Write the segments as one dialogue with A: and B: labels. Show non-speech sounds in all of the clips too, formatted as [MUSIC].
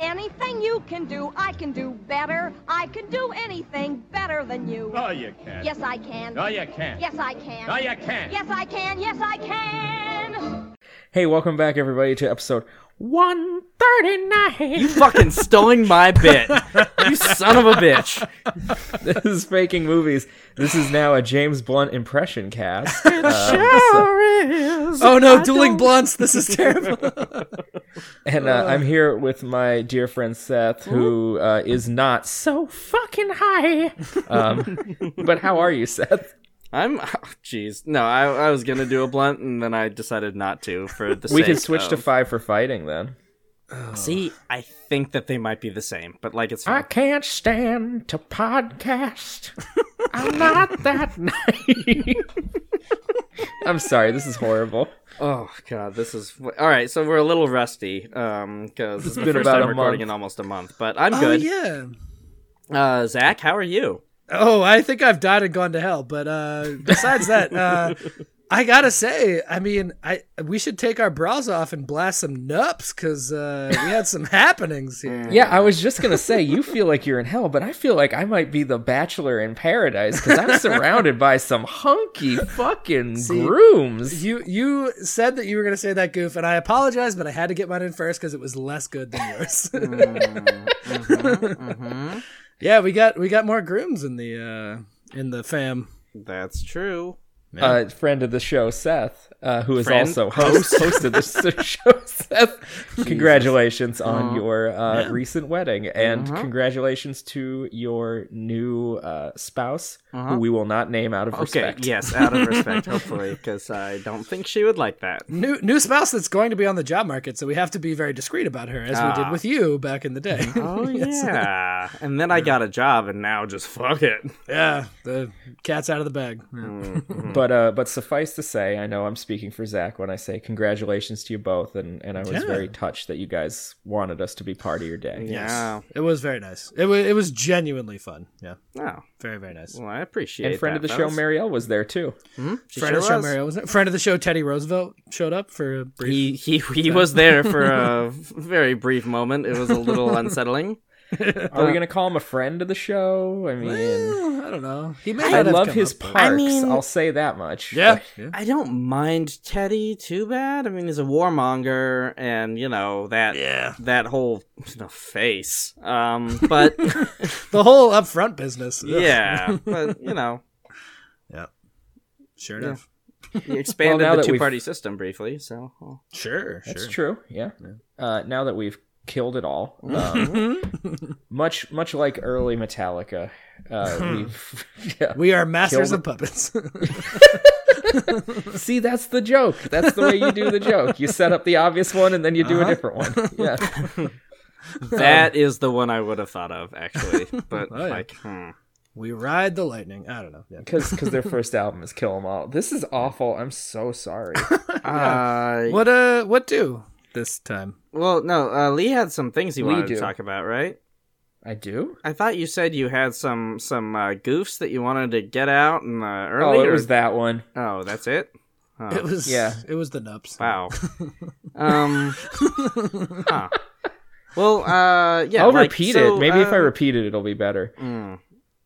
A: Anything you can do, I can do better. I can do anything better than you.
B: No, you can't.
A: Yes, I can.
B: No, you can't.
A: Yes, I can.
B: No, you can't.
A: Yes, I can. Yes, I can.
C: Hey, welcome back, everybody, to episode 139.
D: You fucking stealing my bit. You son of a bitch.
C: this is Faking Movies. This is now a James Blunt impression [LAUGHS] cast. Uh,
D: [LAUGHS] Oh no, dueling blunts. This is terrible.
C: And uh, I'm here with my dear friend Seth, who uh, is not so fucking high. Um, but how are you, Seth?
D: I'm. oh, Jeez. no, I, I was going to do a blunt and then I decided not to for the
C: we
D: sake
C: can switch to
D: of-
C: five for fighting then.
D: See, I think that they might be the same, but like it's. fine.
C: can't stand to podcast. I'm not that [LAUGHS] nice. I'm sorry, this is horrible.
D: Oh god, this is. All right, so we're a little rusty um, because it's been
C: about
D: about time
C: a
D: recording
C: month.
D: in almost a month, but I'm
E: Oh
D: good.
E: yeah.
D: Uh, Zach, how are you?
E: Oh, I think I've died and gone to hell. But uh, besides that, uh, I gotta say, I mean, I we should take our bras off and blast some nups because uh, we had some [LAUGHS] happenings here.
C: Yeah, I was just gonna say you feel like you're in hell, but I feel like I might be the bachelor in paradise because I'm surrounded by some hunky fucking grooms.
E: You you said that you were gonna say that goof, and I apologize, but I had to get mine in first because it was less good than yours. [LAUGHS] yeah, we got we got more grooms in the uh, in the fam.
D: That's true.
C: Uh, friend of the show, Seth, uh, who is
D: Friend?
C: also host, host of the [LAUGHS] show, Seth. Congratulations on your uh, recent wedding, and congratulations to your new uh, spouse, who we will not name out of respect.
D: Okay, yes, out of [LAUGHS] respect, hopefully, because I don't think she would like that.
E: New new spouse that's going to be on the job market, so we have to be very discreet about her, as we
D: Ah.
E: did with you back in the day.
D: [LAUGHS]
E: [LAUGHS]
D: Oh yeah, and then I got a job, and now just fuck it.
E: Yeah, the cat's out of the bag.
D: Mm-hmm. [LAUGHS]
C: But uh, but suffice to say, I know I'm speaking for Zach when I say congratulations to you both, and, and I was
E: Yeah.
C: very touched that you guys wanted us to be part of your day.
D: Yeah.
E: It was very nice. It was it was genuinely fun. Yeah,
D: No.
E: very very nice.
D: Well, I appreciate.
C: And friend of
D: that,
C: the show,
D: fellas.
C: Marielle, was there too.
D: She sure
E: friend of the show,
D: was.
E: Mario, was it? Friend of the show, Teddy Roosevelt showed up for a brief.
D: He he he was there for [LAUGHS] a very brief moment. It was a little unsettling.
C: Are we gonna call him a friend of the show? I mean,
E: I don't know. He may
C: I,
E: not have
C: love
E: come
C: his
E: up with-
C: parks. I
D: I mean-
C: will say that much.
E: Yeah.
D: I don't mind Teddy too bad. I mean, he's a warmonger, and you know that
E: Yeah.
D: that whole the face. Um, but
E: the whole upfront business. Ugh.
D: yeah, but you know,
E: sure enough.
D: he expanded
C: now
D: the
C: that we've-
D: two party system briefly. So
E: [LAUGHS] Sure,
C: That's
E: sure.
C: true. Yeah. Uh, now that we've killed it all, um, much much like early Metallica, uh, we've [LAUGHS] yeah.
E: We are masters
C: Killed
E: of puppets. [LAUGHS]
C: see that's the joke. That's the way you do the joke. You set up the obvious one and then you do
D: Uh-huh.
C: a different one. Yeah. [LAUGHS]
D: that is the one I would have thought of actually. But
E: Oh, yeah.
D: like, hmm.
E: we ride the lightning. I don't know. Yeah.
C: Because their first album is Kill 'Em All. This is awful. I'm so sorry.
D: Uh,
E: What uh? What do this time?
D: well, no, uh, Lee had some things he
C: Lee
D: wanted
C: do.
D: to talk about, right?
C: I do.
D: I thought you said you had some some uh, goofs that you wanted to get out in the early.
C: Oh, it
D: or-
C: was that one.
D: Oh, that's it. Oh.
E: It was
C: Yeah.
E: It was the
C: [LAUGHS]
E: nups.
D: Wow. um. huh. Well, uh, yeah.
C: I'll
D: like,
C: repeat
D: so,
C: it. Maybe if I
D: uh, mm,
C: repeat it, it'll be better.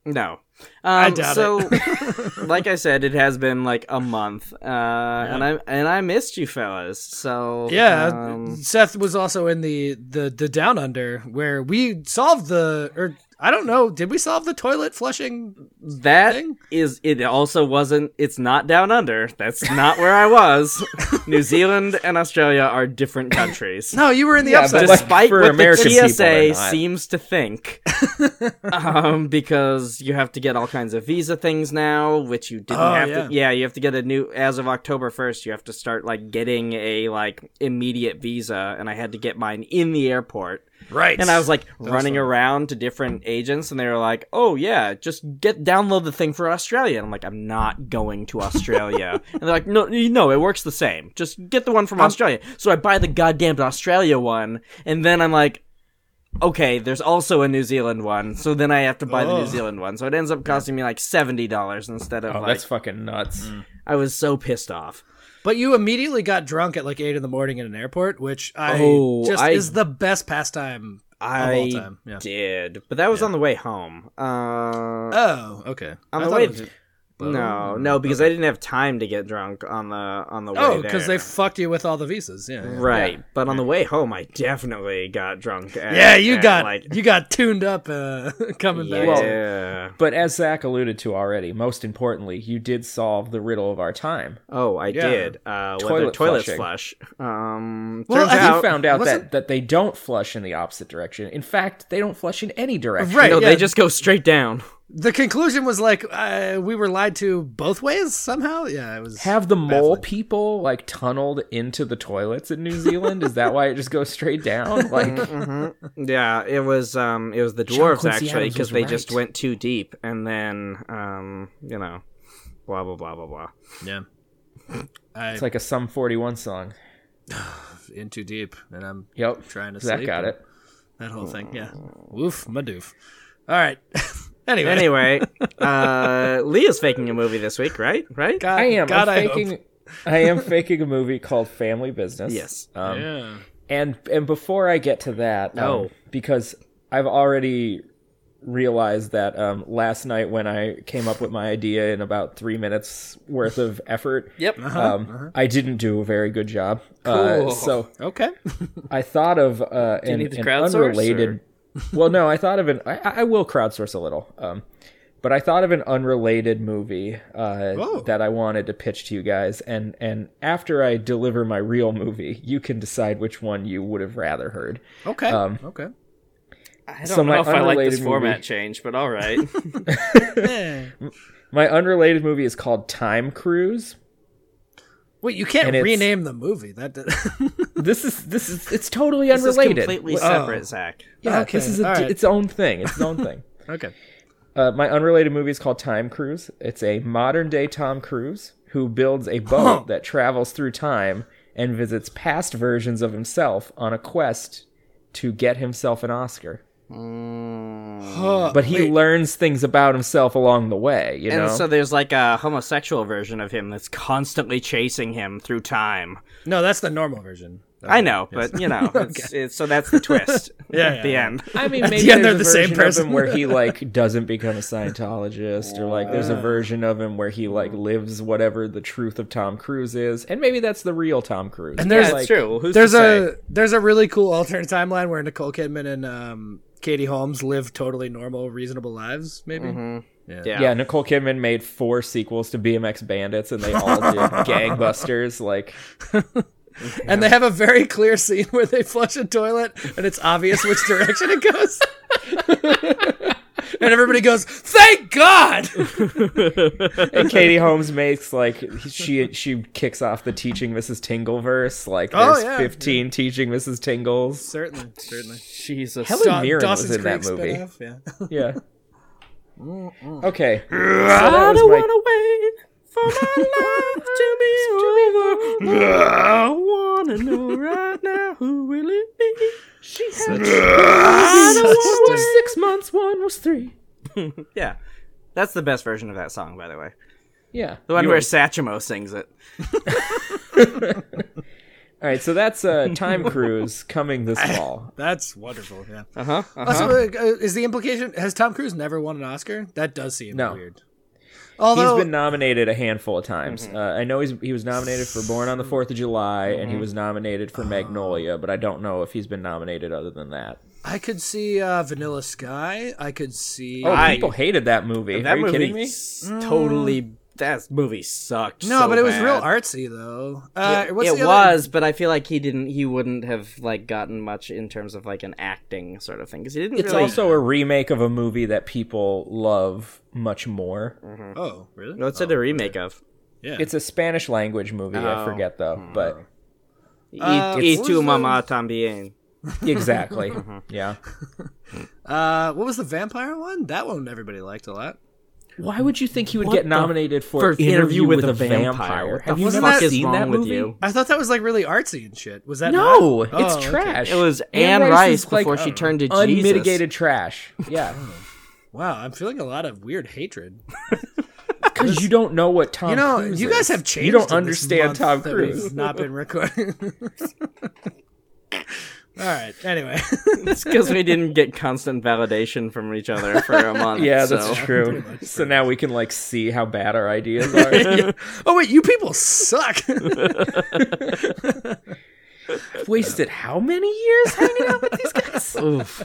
D: No. Um,
E: I doubt
D: so, [LAUGHS]
C: [LAUGHS]
D: like I said, it has been like a month, uh, and I and I missed you fellas. So
E: Yeah,
D: um,
E: Seth was also in the the the down under where we solved the or I don't know, did we solve the toilet flushing?
D: that
E: thing?
D: is it. Also, wasn't it's not down under. That's not where
C: [LAUGHS]
D: I was. New Zealand and Australia are different countries.
E: No, you were in the
C: Yeah,
E: upside.
C: but like-
D: despite
C: for
D: what
C: American people,
D: the
C: they're
D: TSA
C: not.
D: seems
C: [LAUGHS]
D: to think, um, because you have to get all kinds of visa things now, which you didn't
E: Oh,
D: have
E: yeah.
D: to. Yeah, you have to get a new. As of October first, you have to start like getting a like immediate visa, and I had to get mine in the airport.
E: Right.
D: And I was like running around to different agents, and they were like, "Oh yeah, just get download the thing for Australia." And I'm like, "I'm not going to
E: [LAUGHS]
D: Australia." and they're like, "No, you know, it works the same. Just get the one from Australia." So I buy the goddamn Australia one, and then I'm like, "Okay, there's also a New Zealand one." So then I have to buy the New
E: Ugh.
D: Zealand one. So it ends up costing me like seventy dollars instead of
C: Oh,
D: like mm.
C: that's fucking nuts.
D: I was so pissed off.
E: But you immediately got drunk at like eight in the morning in an airport, which I
D: Oh,
E: just
D: I-
E: is the best pastime
D: I
E: of all time. Yeah.
D: did, but that was on the way home. Uh,
E: Oh, okay.
D: On
E: I
D: the
E: thought
D: way-
E: it was- but-
D: No, no, because I didn't have time to get drunk on the on the way
E: Oh,
D: there.
E: because they fucked you with all the visas. Yeah. yeah.
D: right, but on the way home, I definitely got drunk. At,
E: Yeah, you
D: at,
E: got
D: like
E: you got tuned up uh, [LAUGHS] coming back.
F: Well-
E: to-
D: yeah.
C: But as Zach alluded to already, most importantly, you did solve the riddle of our time.
D: Oh, I
E: Yeah.
D: did. Uh, whether
C: Toilet
D: toilets
C: flushing.
D: flush. Um,
E: Well,
D: turns
E: I think
D: out
C: You found out
E: wasn't-
C: that, that they don't flush in the opposite direction. In fact, they don't flush in any direction.
E: Right.
D: no,
E: yeah.
D: they just go
C: [LAUGHS]
D: straight down.
E: the conclusion was like uh, we were lied to both ways somehow. Yeah, it was.
C: Have the mole
E: Baffling.
C: people like tunneled into the toilets in New Zealand? Is that why it just goes straight down? Like,
D: Yeah, it was um, it was the dwarves
C: Quincy
D: actually
C: Adams
D: because
C: was
D: they just
C: right.
D: went too deep, and then um, you know, blah blah blah blah blah.
E: yeah. I
C: it's like a Sum 41 song.
E: in too deep, and I'm
C: Yep.
E: Trying to
C: Zach
E: sleep
C: got
E: and-
C: it.
E: that whole thing. Yeah. Woof, my doof. All right. [LAUGHS] anyway, [LAUGHS]
D: Anyway, uh, Leah's faking a movie this week, right? Right?
E: God,
C: I am.
E: God,
C: I'm
E: hope.
C: faking. I am faking a movie called Family Business.
D: Yes.
C: Um,
E: Yeah.
C: And and before I get to that, um,
D: Oh.
C: because I've already realized that um, last night when I came up with my idea in about three minutes worth of effort,
D: Yep.
E: Uh-huh.
C: um, I didn't do a very good job. Uh,
D: Cool.
C: so
E: Okay. [LAUGHS]
C: I thought of uh, an,
D: need to
C: an
D: crowdsource,
C: unrelated. well, no, I thought of an. I, I will crowdsource a little, um, but I thought of an unrelated movie uh,
E: Oh.
C: that I wanted to pitch to you guys, and and after I deliver my real movie, you can decide which one you would have rather heard.
E: Okay.
C: Um,
E: okay.
D: I don't
C: So my
D: know if I like
C: unrelated
D: this format
C: movie-
D: change, but all right.
C: [LAUGHS]
E: Eh.
C: My unrelated movie is called Time Cruise.
E: Wait, you
C: and
E: can't
C: it's-
E: rename the movie. That. [LAUGHS]
C: This is this is it's totally
D: this is
C: unrelated.
D: completely
C: Like,
D: separate, Zach.
C: yeah,
E: okay,
C: this is a,
E: all right.
C: its own thing. It's its own thing.
E: okay.
C: Uh, my unrelated movie is called Time Cruise. It's a modern day Tom Cruise who builds a boat
E: Huh.
C: that travels through time and visits past versions of himself on a quest to get himself an Oscar.
E: Oh,
C: But he
E: wait.
C: learns things about himself along the way, you
D: And
C: know?
D: so there's like a homosexual version of him that's constantly chasing him through time.
E: no, that's the normal version.
D: I know, but you know, it's, it's, so that's the twist
E: Yeah,
D: at the
E: yeah,
D: end.
C: I
E: [LAUGHS]
C: mean,
E: maybe the end, there's they're a the same
C: version of him [LAUGHS]
E: person.
C: where he like doesn't become a Scientologist, or like there's a version of him where he like lives whatever the truth of Tom Cruise is, and maybe that's the real Tom Cruise.
E: And there's-
C: But,
E: Yeah,
C: like,
D: true. Who's
E: There's a there's a really cool alternate timeline where Nicole Kidman and um, Katie Holmes live totally normal, reasonable lives. Maybe.
D: yeah.
C: Yeah, Nicole Kidman made four sequels to BMX Bandits, and they all
E: [LAUGHS]
C: did gangbusters. Like,
E: And they have a very clear scene where they flush a toilet and it's obvious which direction it goes. and everybody goes, Thank God!
C: and Katie Holmes makes like she she kicks off the teaching Mrs. Tingle verse. Like,
E: Oh,
C: there's
E: yeah.
C: fifteen teaching Mrs. Tingles.
E: certainly, certainly.
D: Jesus.
C: Helen Mirren was in that
E: Creek
C: movie.
E: spinoff, yeah.
C: [LAUGHS] Yeah. Okay. So that was my [LAUGHS]
D: I wanna know right now who will it be?
C: One was six months, one was three.
D: Yeah. That's the best version of that song, by the way.
C: Yeah.
D: The one
C: You
D: where
C: were-
D: Sachimo sings it.
C: All right, so that's uh,
D: [LAUGHS]
C: Time Cruise coming this fall.
E: That's wonderful, yeah.
D: Uh-huh.
E: Also, uh, is the implication, has Tom Cruise never won an Oscar? That does seem
C: No.
E: weird. Although,
C: he's been nominated a handful of times.
D: Mm-hmm.
C: Uh, I know he's he was nominated for Born on the Fourth of July, and
D: Mm-hmm.
C: he was nominated for Magnolia, but I don't know if he's been nominated other than that.
E: I could see uh, Vanilla Sky. I could see.
C: Oh,
D: I-
C: people hated that movie.
D: That
C: Are you
D: movie
C: kidding me?
D: s- totally. That movie sucked.
E: no,
D: so
E: but it was
D: bad.
E: real artsy, though. Uh,
D: It,
E: what's
D: it
E: the other-
D: was, but I feel like he didn't. He wouldn't have like gotten much in terms of like an acting sort of thing because he didn't.
C: It's
D: really,
C: also a remake of a movie that people love much more.
D: Mm.
E: Oh, really?
D: What's it a remake of?
E: Yeah.
C: It's a Spanish language movie. I
D: Oh.
C: forget though, but
D: Y,
E: Uh,
D: y
E: what
D: tu
C: um,
E: was
D: mamá también. [LAUGHS]
C: Exactly.
D: Mm-hmm.
C: Yeah.
E: Uh, what was the vampire one? That one everybody liked a lot.
C: Why would you think he would
D: What
C: get
D: the-
C: nominated for,
D: for
C: interview, with, a vampire?
D: What
C: Have
D: the
C: you
E: fuck
C: not
D: is
C: seen
D: wrong
C: that
D: with
C: movie?
D: [LAUGHS] you?
E: I thought that was like really artsy and shit. Was that
C: No,
E: not?
C: it's
E: Oh, okay.
C: trash.
D: It was
C: Anne Rice
D: Anne Rice
C: is like,
D: before she turned to Jesus.
C: Unmitigated trash.
D: [LAUGHS]
C: Yeah,
E: Wow, I'm feeling a lot of weird hatred.
C: because you don't know what Tom.
E: You know,
C: Cruise
E: you guys
C: Oh, is.
E: have
C: You
E: changed. in
C: don't
E: this
C: understand
E: month
C: Tom
E: that
C: Cruise.
E: we've Not been recording.
C: [LAUGHS]
E: [LAUGHS] All right. Anyway, [LAUGHS]
D: It's because we didn't get constant validation from each other for a month.
C: Yeah,
D: so.
C: that's [LAUGHS]
E: [LAUGHS]
C: true. So now we can like see how bad our ideas
D: [LAUGHS]
C: are.
E: oh wait, you people suck.
C: Wasted how many years hanging out with these
D: [LAUGHS]
C: guys?
D: Oof.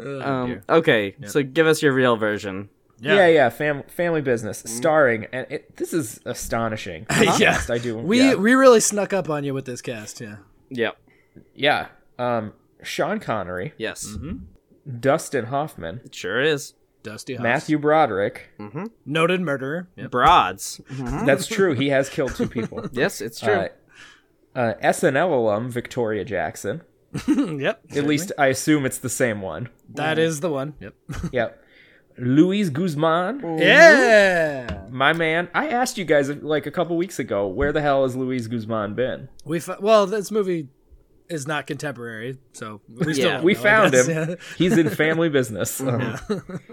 D: Um, okay, so give us your real version.
C: Yeah, yeah, fam- family business
D: Mm.
C: starring, and it, this is
D: [LAUGHS]
C: astonishing.
E: yeah,
C: Honest, I do.
E: We
C: yeah.
E: we really snuck up on you with this cast. Yeah.
D: Yep.
C: yeah. Um, Sean Connery,
D: Yes.
E: Mm-hmm.
C: Dustin Hoffman,
D: It sure is.
E: Dusty Hoffs.
C: Matthew Broderick.
E: noted murderer.
D: Broads.
C: That's true. He has killed two people.
D: [LAUGHS] Yes, it's true.
C: Uh, uh, SNL alum Victoria Jackson.
E: [CLEARS THROAT] yep,
C: At least I assume it's the same one.
E: that is the one. Yep.
C: Yep. Luis Guzman,
E: Yeah,
C: my man. I asked you guys like a couple weeks ago, where the hell has Luis Guzman been?
E: we f- well, this movie is not contemporary, so we still
D: Yeah.
E: don't
C: We
E: know, I
C: found
E: guess,
C: him.
E: yeah. [LAUGHS]
C: He's in family
D: [LAUGHS]
C: business. Um,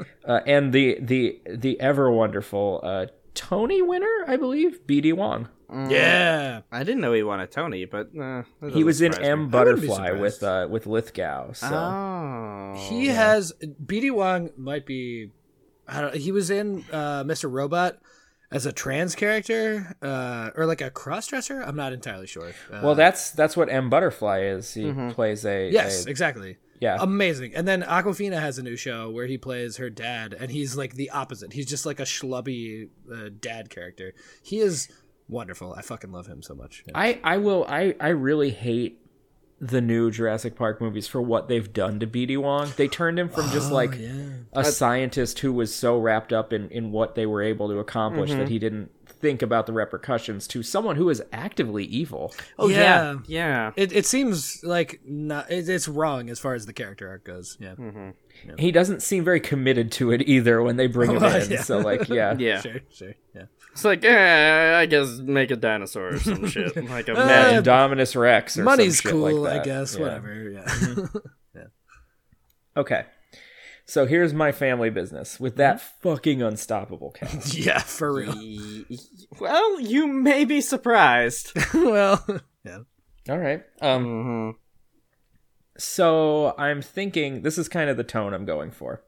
C: [LAUGHS] uh, and the the the ever wonderful uh, Tony winner, I believe, BD Wong.
E: Yeah,
D: I didn't know he won a Tony, but uh, that
C: He
D: doesn't
C: was in
D: surprise me.
C: M
E: wouldn't be
C: Butterfly with uh, with Lithgow. So
D: Oh.
E: he has BD Wong might be. I don't. He was in uh, Mr. Robot as a trans character, uh, or like a crossdresser. I'm not entirely sure. Uh,
C: well, that's that's what M Butterfly is. He plays a
E: Mm-hmm. yes, um,
C: a-
E: exactly.
C: yeah.
E: Amazing. And then Aquafina has a new show where he plays her dad, and he's like the opposite. He's just like a schlubby uh, dad character. He is wonderful. I fucking love him so much.
C: I, I will I, I really hate the new Jurassic Park movies for what they've done to BD Wong. They turned him
E: [SIGHS]
C: from just like a scientist who was so wrapped up in, in what they were able to accomplish
E: Mm-hmm.
C: that he didn't think about the repercussions to someone who is actively evil.
D: Oh,
E: Yeah.
D: yeah. Yeah.
E: It, it seems like not, it, it's wrong as far as the character arc goes. Yeah.
C: He doesn't seem very committed to it either when they bring him
E: [LAUGHS] Oh,
C: in.
E: [LAUGHS] yeah.
C: So like yeah.
D: Yeah.
E: Sure, sure. Yeah.
D: It's like, eh, I guess make a dinosaur or some shit. Like a man.
C: Indominus Rex or some
E: Money's
C: shit
E: cool,
C: like
E: I
C: that.
E: guess.
C: Yeah.
E: Whatever. Yeah.
C: Okay. So here's my family business with that fucking unstoppable cat.
E: [LAUGHS] yeah, for real. [LAUGHS]
D: Well, you may be
E: [LAUGHS]
D: surprised.
E: well, yeah.
C: [LAUGHS] All right. Um
E: Mm-hmm.
D: hmm
C: So I'm thinking this is kind of the tone I'm going for.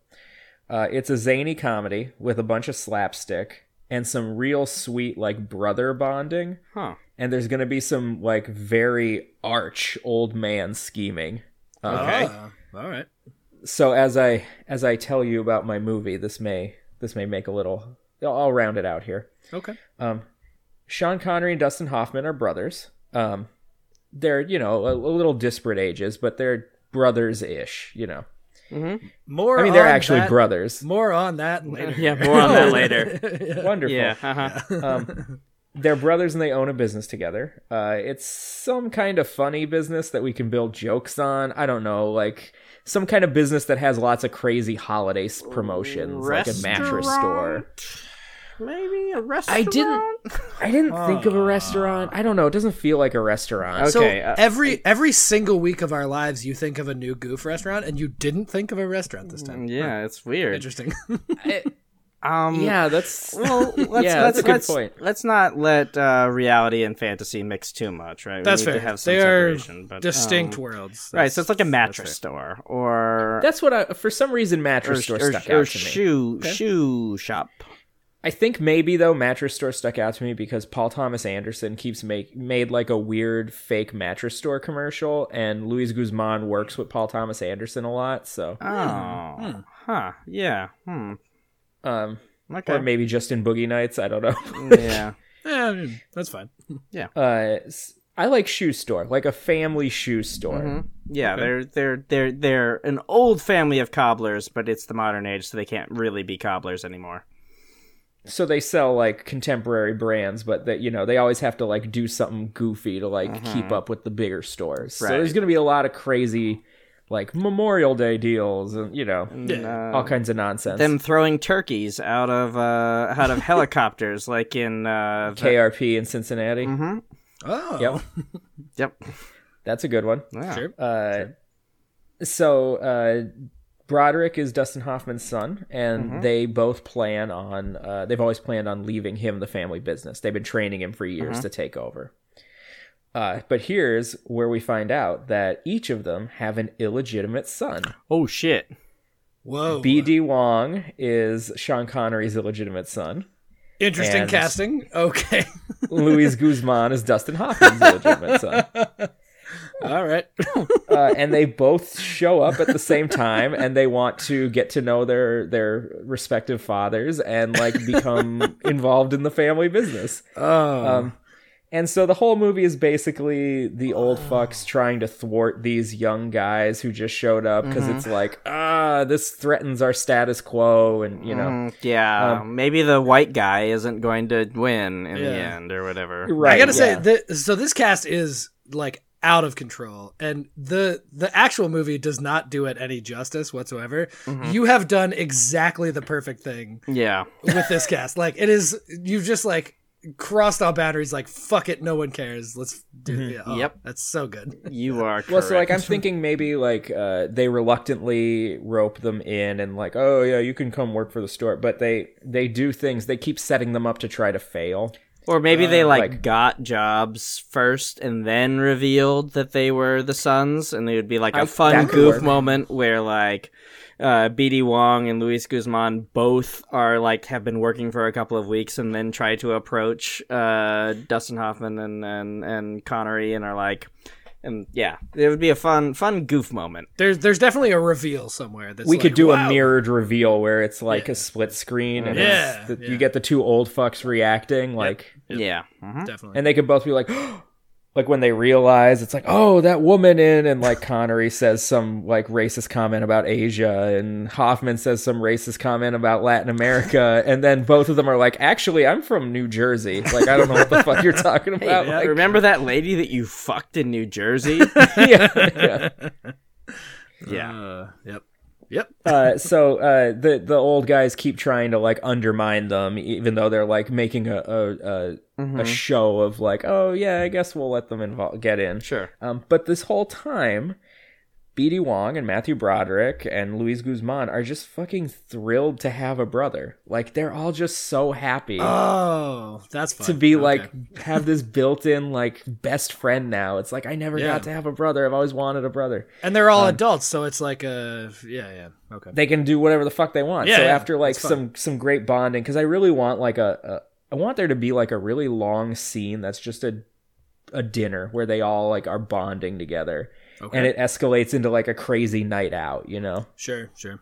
C: Uh, it's a zany comedy with a bunch of slapstick and some real sweet like brother bonding,
D: Huh.
C: and there's gonna be some like very arch old man scheming. Uh,
D: Okay.
E: Uh, all right.
C: So as I as I tell you about my movie, this may this may make a little. I'll, I'll round it out here.
E: Okay.
C: Um, Sean Connery and Dustin Hoffman are brothers. Um, they're you know a, a little disparate ages, but they're brothers ish. You know.
E: More.
C: I mean, they're
E: on
C: actually
E: that-
C: brothers.
E: More on that later.
D: Yeah, more on that
E: [LAUGHS]
D: later.
C: Wonderful.
D: [LAUGHS] Yeah. Uh-huh.
C: Um, they're brothers and they own a business together. Uh, it's some kind of funny business that we can build jokes on. I don't know, like some kind of business that has lots of crazy holiday s- promotions, like a mattress store.
D: Maybe a restaurant.
C: I didn't. I didn't think of a restaurant. I don't know. It doesn't feel like a restaurant.
E: So
D: Okay, uh,
E: every every single week of our lives, you think of a new goof restaurant, and you didn't think of a restaurant this time.
D: Mm, Yeah, it's weird. [LAUGHS]
E: Interesting.
D: Um,
C: yeah, that's
D: Well,
C: [LAUGHS]
D: let's,
C: Yeah,
D: let's,
C: that's a good
D: let's,
C: point.
D: Let's not let uh, reality and fantasy mix too much, right? We
E: [LAUGHS] That's
D: need
E: fair.
D: To have some
E: they are
D: separation, but,
E: distinct
D: um,
E: worlds.
D: right, so it's like a
E: That's
D: mattress store or
C: that's what I. For some reason, mattress
D: or,
C: store
D: or,
C: stuck
D: or
C: out to me.
D: shoe shoe shop.
C: I think maybe though mattress store stuck out to me because Paul Thomas Anderson keeps make made like a weird fake mattress store commercial, and Luis Guzman works with Paul Thomas Anderson a lot, so
E: Hmm,
D: Oh, huh? Yeah. Hmm.
C: um,
D: Okay.
C: or maybe just in Boogie Nights, I don't know. [LAUGHS]
D: yeah.
E: fair. Yeah, I mean, that's fine.
C: Uh, s- I like shoe store, like a family shoe store.
D: Yeah, they're they're they're they're an old family of cobblers, but it's the modern age, so they can't really be cobblers anymore.
C: so they sell like contemporary brands, but that you know they always have to like do something goofy to like keep up with the bigger stores. So
D: Mm-hmm. Right.
C: there's gonna be a lot of crazy like Memorial Day deals and you know
D: No.
C: all kinds of nonsense.
D: uh, them throwing turkeys out of uh
C: [LAUGHS]
D: out of helicopters like in uh the-
C: KRP in Cincinnati.
D: Mm-hmm.
E: Oh,
C: Yep,
D: yep
C: that's a good one.
D: Yeah.
E: Sure.
C: Uh, So uh, Broderick is Dustin Hoffman's son, and they both plan on. Uh, they've always planned on leaving him the family business. They've been training him for years to take over. Uh, but here's where we find out that each of them have an illegitimate son.
D: oh shit
E: Whoa.
C: B.D. Wong is Sean Connery's illegitimate son.
E: Interesting
C: and-
E: casting. Okay. [LAUGHS]
C: Luis Guzman is Dustin Hoffman's illegitimate son.
E: All right.
D: [LAUGHS]
E: [LAUGHS]
C: uh, and they both show up at the same time and they want to get to know their their respective fathers and like become involved in the family business
E: Oh.
C: um, and so the whole movie is basically the old fucks trying to thwart these young guys who just showed up because it's like ah this threatens our status quo and you know Um,
D: Mm, yeah maybe the white guy isn't going to win in the
E: Yeah.
D: end or whatever
C: right
E: I gotta
C: yeah.
E: say, th- so this cast is like out of control, and the the actual movie does not do it any justice whatsoever.
D: Mm-hmm.
E: You have done exactly the perfect thing
D: yeah
E: with this cast. Like it is, you've just like crossed all boundaries. Like fuck it, no one cares. Let's do.
C: Mm-hmm.
E: it. Oh,
D: Yep.
E: that's so good.
D: you are correct.
C: [LAUGHS] Well, so like I'm thinking maybe like uh, they reluctantly rope them in and like oh yeah you can come work for the store, but they they do things they keep setting them up to try to fail.
D: or maybe they like,
C: Uh, like-
D: got jobs first and then revealed that they were the sons and it would be like a
C: I-
D: fun
C: that could
D: goof
C: work.
D: moment where like uh, BD Wong and Luis Guzman both are like have been working for a couple of weeks and then try to approach uh, Dustin Hoffman and, and and Connery and are like and yeah it would be a fun fun goof moment
E: There's there's definitely a reveal somewhere. That's
C: we
E: like,
C: could do
E: wow.
C: a mirrored reveal where it's like a split screen and it's
E: Yeah,
C: the,
E: yeah.
C: you get the two old fucks reacting like
D: yeah Mhm.
E: Definitely.
C: and [LAUGHS] they could both be like [GASPS] like when they realize it's like oh that woman in and like Connery says some like racist comment about Asia and Hoffman says some racist comment about Latin
E: [LAUGHS]
C: America and then both of them are like actually I'm from New Jersey like I don't know what the
E: [LAUGHS]
C: fuck you're talking about
D: Hey,
C: like,
D: remember that lady that you fucked in New Jersey
C: yeah,
E: [LAUGHS]
C: yeah.
D: yeah
E: Uh, yep. Yep.
C: Uh, so uh, the the old guys keep trying to like undermine them even though they're like making a a, a, a
E: Mm-hmm.
C: show of like oh yeah I guess we'll let them invol- get in
D: sure
C: Um, but this whole time, B.D. Wong and Matthew Broderick and Luis Guzman are just fucking thrilled to have a brother. Like they're all just so happy
E: Oh, that's fun.
C: to be
E: Okay.
C: like have this built-in like best friend now. It's like I never
E: Yeah.
C: got to have a brother. I've always wanted a brother.
E: and they're
C: um,
E: all adults, so it's like a yeah, yeah, okay.
C: They can do whatever the fuck they want.
E: Yeah,
C: so
E: yeah,
C: after like
E: it's fun.
C: some some great bonding, because I really want like a, a I want there to be like a really long scene that's just a a dinner where they all like are bonding together.
E: Okay.
C: And it escalates into like a crazy night out, you know?
E: Sure, sure.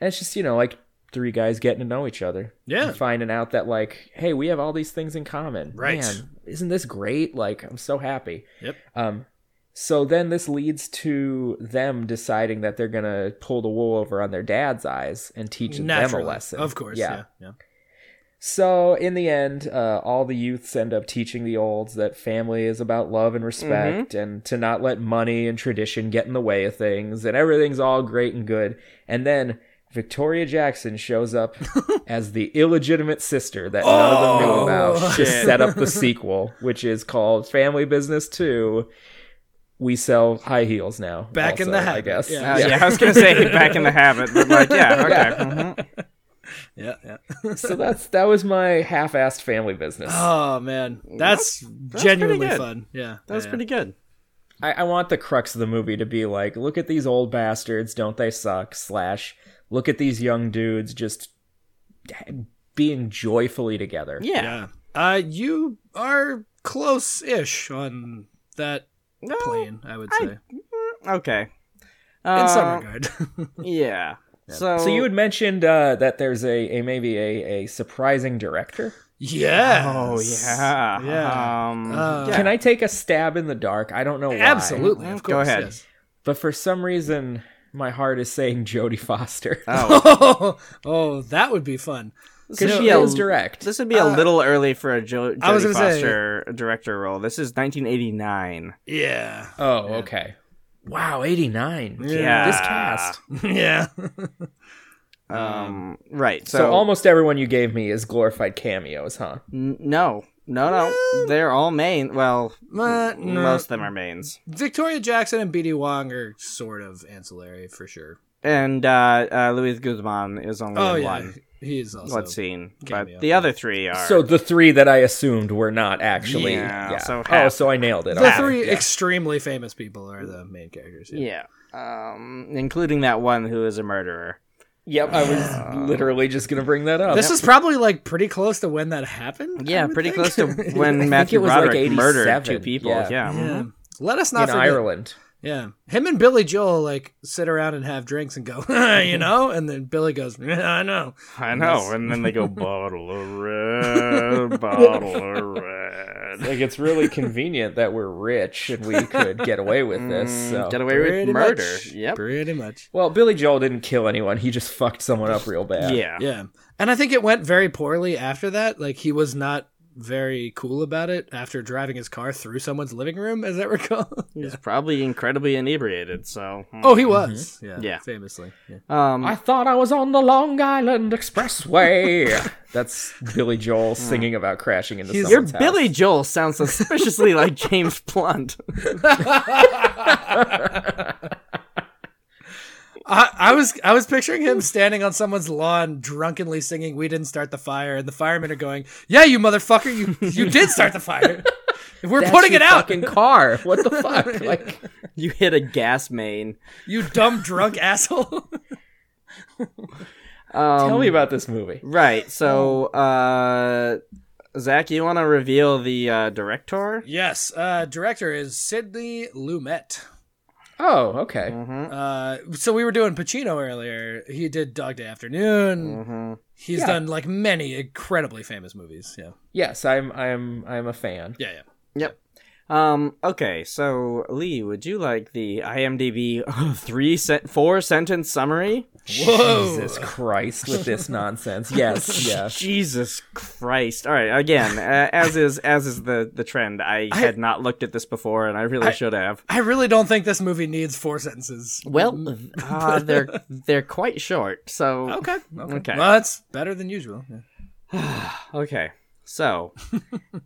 C: And it's just, you know, like three guys getting to know each other.
E: Yeah.
C: And finding out that, like, hey, we have all these things in common.
E: Right.
C: Man, isn't this great? Like, I'm so happy.
E: Yep.
C: Um, so then this leads to them deciding that they're going to pull the wool over on their dad's eyes and teach them
E: Naturally.
C: a lesson.
E: Of course, yeah. yeah.
C: So in the end, uh, all the youths end up teaching the olds that family is about love and
E: Mm-hmm.
C: respect, and to not let money and tradition get in the way of things, and everything's all great and good. And then Victoria Jackson shows
E: [LAUGHS]
C: up as the illegitimate sister that none of them
E: Oh,
C: knew about to set up the sequel, which is called Family Business Two. We sell high heels now.
E: Back in
C: also,
E: the
C: I
E: habit,
C: guess.
E: yeah.
D: Uh, yeah. I was gonna say [LAUGHS] back in the habit, but like, yeah, okay. mhm.
E: Yeah, yeah.
C: [LAUGHS] So that's that was my half-assed family business.
E: Oh man, that's,
D: that's
E: genuinely
D: pretty good.
E: fun. Yeah,
D: That was
E: yeah.
D: pretty good.
C: I, I want the crux of the movie to be like, look at these old bastards, don't they suck? Slash, look at these young dudes just being joyfully together.
D: Yeah.
E: Yeah. Uh, you are close-ish on that
D: No,
E: plane, I would say,
D: okay.
E: in some
D: Uh,
E: regard. [LAUGHS]
D: Yeah. So,
C: So you had mentioned uh, that there's a, a maybe a, a surprising director.
E: yeah.
D: Oh yeah.
E: Yeah.
D: Um,
E: Uh,
D: yeah.
C: Can I take a stab in the dark? I don't know why.
E: Absolutely. Of
D: Go
E: course.
D: ahead.
E: yes. [LAUGHS]
C: But for some
D: [LAUGHS]
C: reason, my heart is saying Jodie Foster.
D: Oh.
E: Oh, that would be fun.
D: This
C: Because
D: would
C: she
D: be a-
C: is direct.
D: This would be a little early for a jo-
E: I was
D: Jodie
E: gonna say-
D: Foster director role. This is 1989.
E: Yeah. [LAUGHS]
C: oh, okay. Wow, 89.
D: Yeah.
C: This cast.
E: yeah.
D: Um, right. So,
C: So, almost everyone you gave me is glorified cameos, huh?
D: n- no, no, no. They're all main. Well,
E: Uh,
D: m-
E: no.
D: most of them are mains.
E: Victoria Jackson and BD Wong are sort of ancillary for sure.
D: And uh, uh, Luis Guzman is only
E: Oh
D: in
E: yeah.
D: one.
E: He is also
D: One scene,
E: cameo.
D: but the other three are
C: So the three that I assumed were not actually.
D: Yeah,
C: Yeah.
D: so
C: oh,
D: half.
C: so I nailed it.
E: the
C: Okay.
E: three
C: Yeah.
E: extremely famous people are the main characters.
D: yeah, um, including that one who is a murderer.
C: Yep, I was literally just gonna bring that up.
E: This is probably like pretty close to when that happened. I
D: Yeah,
E: would
D: pretty
E: think.
D: close to
E: [LAUGHS]
D: when
C: it
D: Matthew
C: was, like,
D: Broderick murdered
C: 87.
D: two people. Yeah,
C: Yeah.
E: yeah.
D: mhm.
E: Let us
C: in
E: not forget.
C: Ireland.
E: Yeah, him and Billy Joel like sit around and have drinks and go, [LAUGHS] you
D: Mm-hmm.
E: know, and then Billy goes, [LAUGHS] yeah, I know.
D: I know. And then they
E: [LAUGHS]
D: go bottle of red, bottle of
E: [LAUGHS]
D: red.
C: Like it's really convenient that we're rich and we could get away [LAUGHS] with this. So.
D: Get away with
E: Pretty
D: murder.
E: much.
D: Yep.
E: Pretty much.
C: Mm, Well, Billy Joel didn't kill anyone. He just fucked someone up real bad.
D: Yeah.
E: Yeah, and I think it went very poorly after that. Like he was not very cool about it after driving his car through someone's living room, as I recall.
D: He's probably incredibly inebriated. So.
E: [LAUGHS] oh, he was. Yeah,
D: Mm-hmm. Yeah.
E: famously. Yeah.
D: Um.
C: I thought I was on the Long Island [LAUGHS] Expressway. That's Billy Joel singing about crashing into
E: He's-
D: your
C: someone's house.
D: Billy Joel sounds suspiciously like [LAUGHS] James Blunt.
E: I, I was I was picturing him standing on someone's lawn drunkenly singing "We didn't start the fire," and the firemen are going, "Yeah, you motherfucker, you you did start
C: [LAUGHS]
E: the fire. We're
C: That's
E: putting
C: your
E: it out,
C: Fucking car. What [LAUGHS] the fuck? Like
D: You hit a gas main.
E: you dumb drunk asshole." [LAUGHS]
D: Um,
C: Tell me about this movie.
D: Right. So, uh, Zach, you want to reveal the uh, director?
E: yes, uh, director is Sidney Lumet.
C: Oh, okay.
D: Mm-hmm,
E: Uh, so we were doing Pacino earlier. He did Dog Day Afternoon.
D: mm-hmm.
E: He's
C: Yeah.
E: done like many incredibly famous movies. Yeah,
C: Yes, I'm I'm I'm a fan.
E: yeah, yeah.
D: Yep. Um, okay, so Lee, would you like the IMDb [LAUGHS] three sen- four sentence summary?
E: Whoa.
C: Jesus Christ with this nonsense.
D: [LAUGHS]
C: Yes, yes.
D: Jesus Christ! All right, again, uh, as is as is the the trend. I, had not looked at this before, and I really should have.
E: I really don't think this movie needs four sentences. Mm.
D: Well, uh, [LAUGHS] they're they're quite short. So
E: Okay. Okay.
D: Okay.
E: Well, that's better than usual. Yeah.
D: Okay. So [LAUGHS]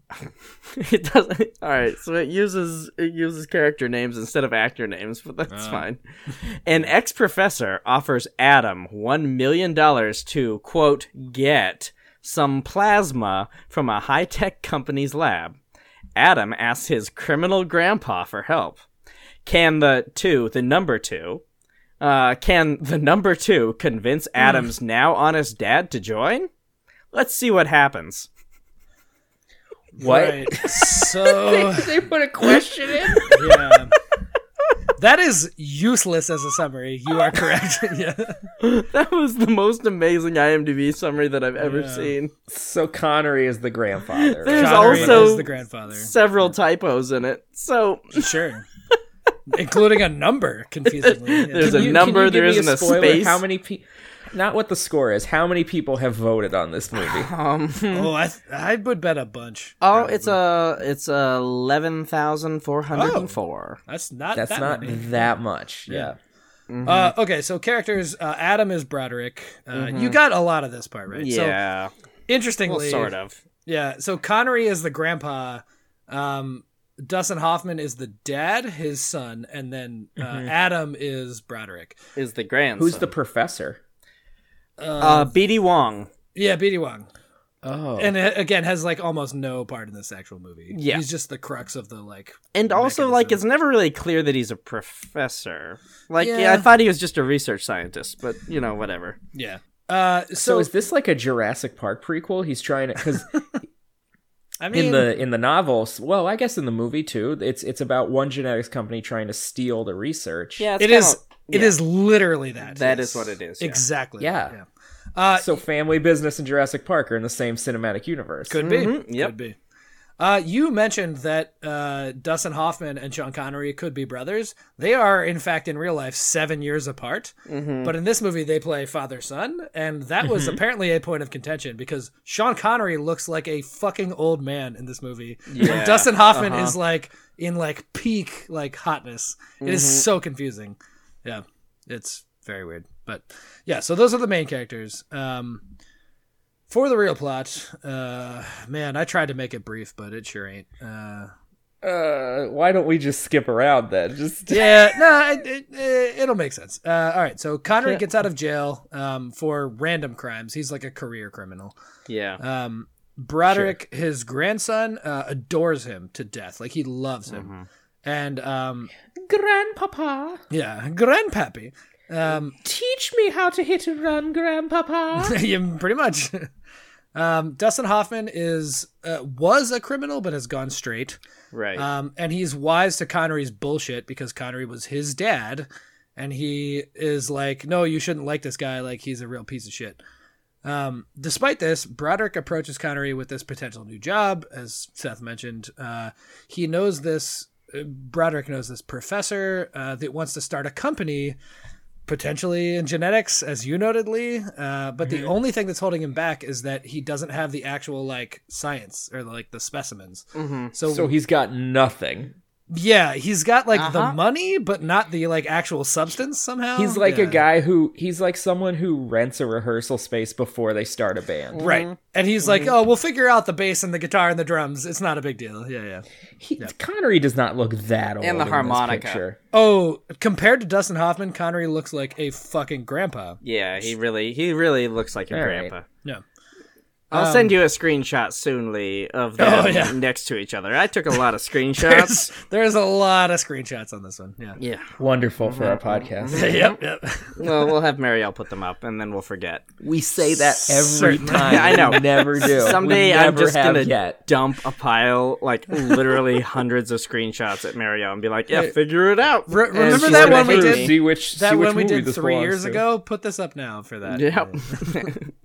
D: it doesn't. All right. So it uses it uses character names instead of actor names, but that's fine. An ex professor offers Adam one million dollars to quote get some plasma from a high tech company's lab. Adam asks his criminal grandpa for help. Can the two, the number two, uh, can the number two convince Adam's now honest dad to join? Let's see what happens.
C: What? [LAUGHS]
E: Right. So
C: They put a question in?
E: yeah. That is useless as a summary. You are correct. [LAUGHS] yeah.
D: [LAUGHS] That was the most amazing IMDb summary that I've ever seen.
C: So Connery is the grandfather.
D: There's
E: John Reed
D: also-
E: is the grandfather.
D: Several typos in it. So
E: Sure. Including a number, confusingly. Yeah.
D: [LAUGHS] there's a
C: You- can
D: number,
C: you give
D: there
C: me
D: isn't a
C: spoiler
D: space.
C: How many people? Not what the score is. How many people have voted on this movie?
E: Oh, I th- I would bet a bunch.
D: um, [LAUGHS] Oh, it's a it's a eleven thousand four hundred and four.
E: That's not.
C: That's
E: that
C: not
E: many.
C: that much. Yeah.
D: Mm-hmm.
E: Uh, okay, so characters. Uh, Adam is Broderick. Uh, You got a lot of this part right. So
D: Mm-hmm. Yeah,
E: interestingly,
D: well, sort of.
E: Yeah, so Connery is the grandpa. Um, Dustin Hoffman is the dad, his son, and then uh, Adam is Broderick.
D: Is the grandson?
C: Who's the professor?
D: uh, BD Wong?
E: Um, Yeah, BD Wong.
C: Oh.
E: And uh, again, has like almost no part in this actual movie.
D: Yeah.
E: He's just the crux of the like.
D: And also, like, it's
E: mechanism.
D: never really clear that he's a professor. Like, yeah.
E: Yeah.
D: I thought he was just a research scientist, but you know, whatever.
E: Yeah. Uh, so,
C: so is this like a Jurassic Park prequel? He's trying to because
E: I mean,
C: in the in the novels, well, I guess in the movie too, it's it's about one genetics company trying to steal the research.
D: Yeah,
E: it is. It is literally that.
D: That
E: That
D: is
E: is
D: what it is, yeah.
E: Exactly.
C: Yeah. [LAUGHS]
E: Uh,
C: So family business and Jurassic Park are in the same cinematic universe.
E: could be.
D: Mm-hmm. yep.
E: Could be. Uh, you mentioned that uh, Dustin Hoffman and Sean Connery could be brothers. They are, in fact, in real life, seven years apart.
D: Mm-hmm.
E: But in this movie, they play father son, and that was apparently a point of contention because Sean Connery looks like a fucking old man in this movie.
D: Yeah, Uh-huh.
E: And Dustin Hoffman is like in like peak like hotness. It
D: Mm-hmm.
E: is so confusing. Yeah, it's very weird. But yeah, so those are the main characters. Um, for the real plot, uh, man, I tried to make it brief, but it sure ain't. Uh,
C: Uh, why don't we just skip around then? Just
E: yeah, [LAUGHS] no, it, it, it, it'll make sense. Uh, all right, so Connery gets out of jail um, for random crimes. He's like a career criminal.
D: Yeah.
E: Um, Broderick, his grandson, uh, adores him to death. Like he loves him,
C: Mm-hmm.
E: and um,
C: Grandpapa,
E: yeah, grandpappy. Um,
C: teach me how to hit and run, Grandpapa.
E: [LAUGHS] yeah, pretty much. Um, Dustin Hoffman is uh, was a criminal, but has gone straight.
D: Right.
E: Um, and he's wise to Connery's bullshit because Connery was his dad, and he is like, no, you shouldn't like this guy. Like he's a real piece of shit. Um, despite this, Broderick approaches Connery with this potential new job, as Seth mentioned. Uh, he knows this. uh, Broderick knows this professor uh, that wants to start a company, potentially in genetics, as you noted, Lee. Uh, but the only thing that's holding him back is that he doesn't have the actual like science or like the specimens.
C: so he's got nothing.
E: Yeah, he's got like the money, but not the like actual substance somehow.
C: Uh-huh. He's like a
E: Oh, Yeah.
C: guy who he's like someone who rents a rehearsal space before they start a band.
E: Right. And he's
C: Mm-hmm.
E: like, oh, we'll figure out the bass and the guitar and the drums. It's not a big deal. Yeah, yeah.
C: He, Connery does not look that old.
D: And the
C: in this
D: harmonica.
C: picture.
E: Oh, compared to Dustin Hoffman, Connery looks like a fucking grandpa.
D: yeah, he really he really looks like your
C: All right.
D: grandpa.
E: No.
D: I'll
E: Um,
D: send you a screenshot soon, Lee, of them
E: [LAUGHS] Oh, yeah.
D: next to each other. I took a
E: [LAUGHS]
D: lot of screenshots.
E: There's a lot of screenshots on this one. Yeah.
D: yeah.
C: Wonderful for our podcast.
E: [LAUGHS]
C: [LAUGHS]
E: yep, yep.
D: Well, we'll have Marielle put them up, and then we'll forget.
C: We say that [LAUGHS] every
E: Certainly.
C: time.
D: I know.
C: We never do.
D: [LAUGHS] Someday
C: we
D: I'm
C: never
D: just
C: have
D: gonna [LAUGHS]
C: yet.
D: dump a pile, like literally [LAUGHS] hundreds of screenshots at Marielle, and be like, "Yeah, figure it out."
E: Re-
D: And
E: remember
D: she's
E: that
D: gonna
E: one we
D: hate
E: did?
D: me. [LAUGHS]
C: See which see
E: That
C: which
E: one we
C: movie
E: did
C: this
E: three
C: belongs
E: years
C: to.
E: ago, put this up now for that.
D: Yep.
E: [LAUGHS]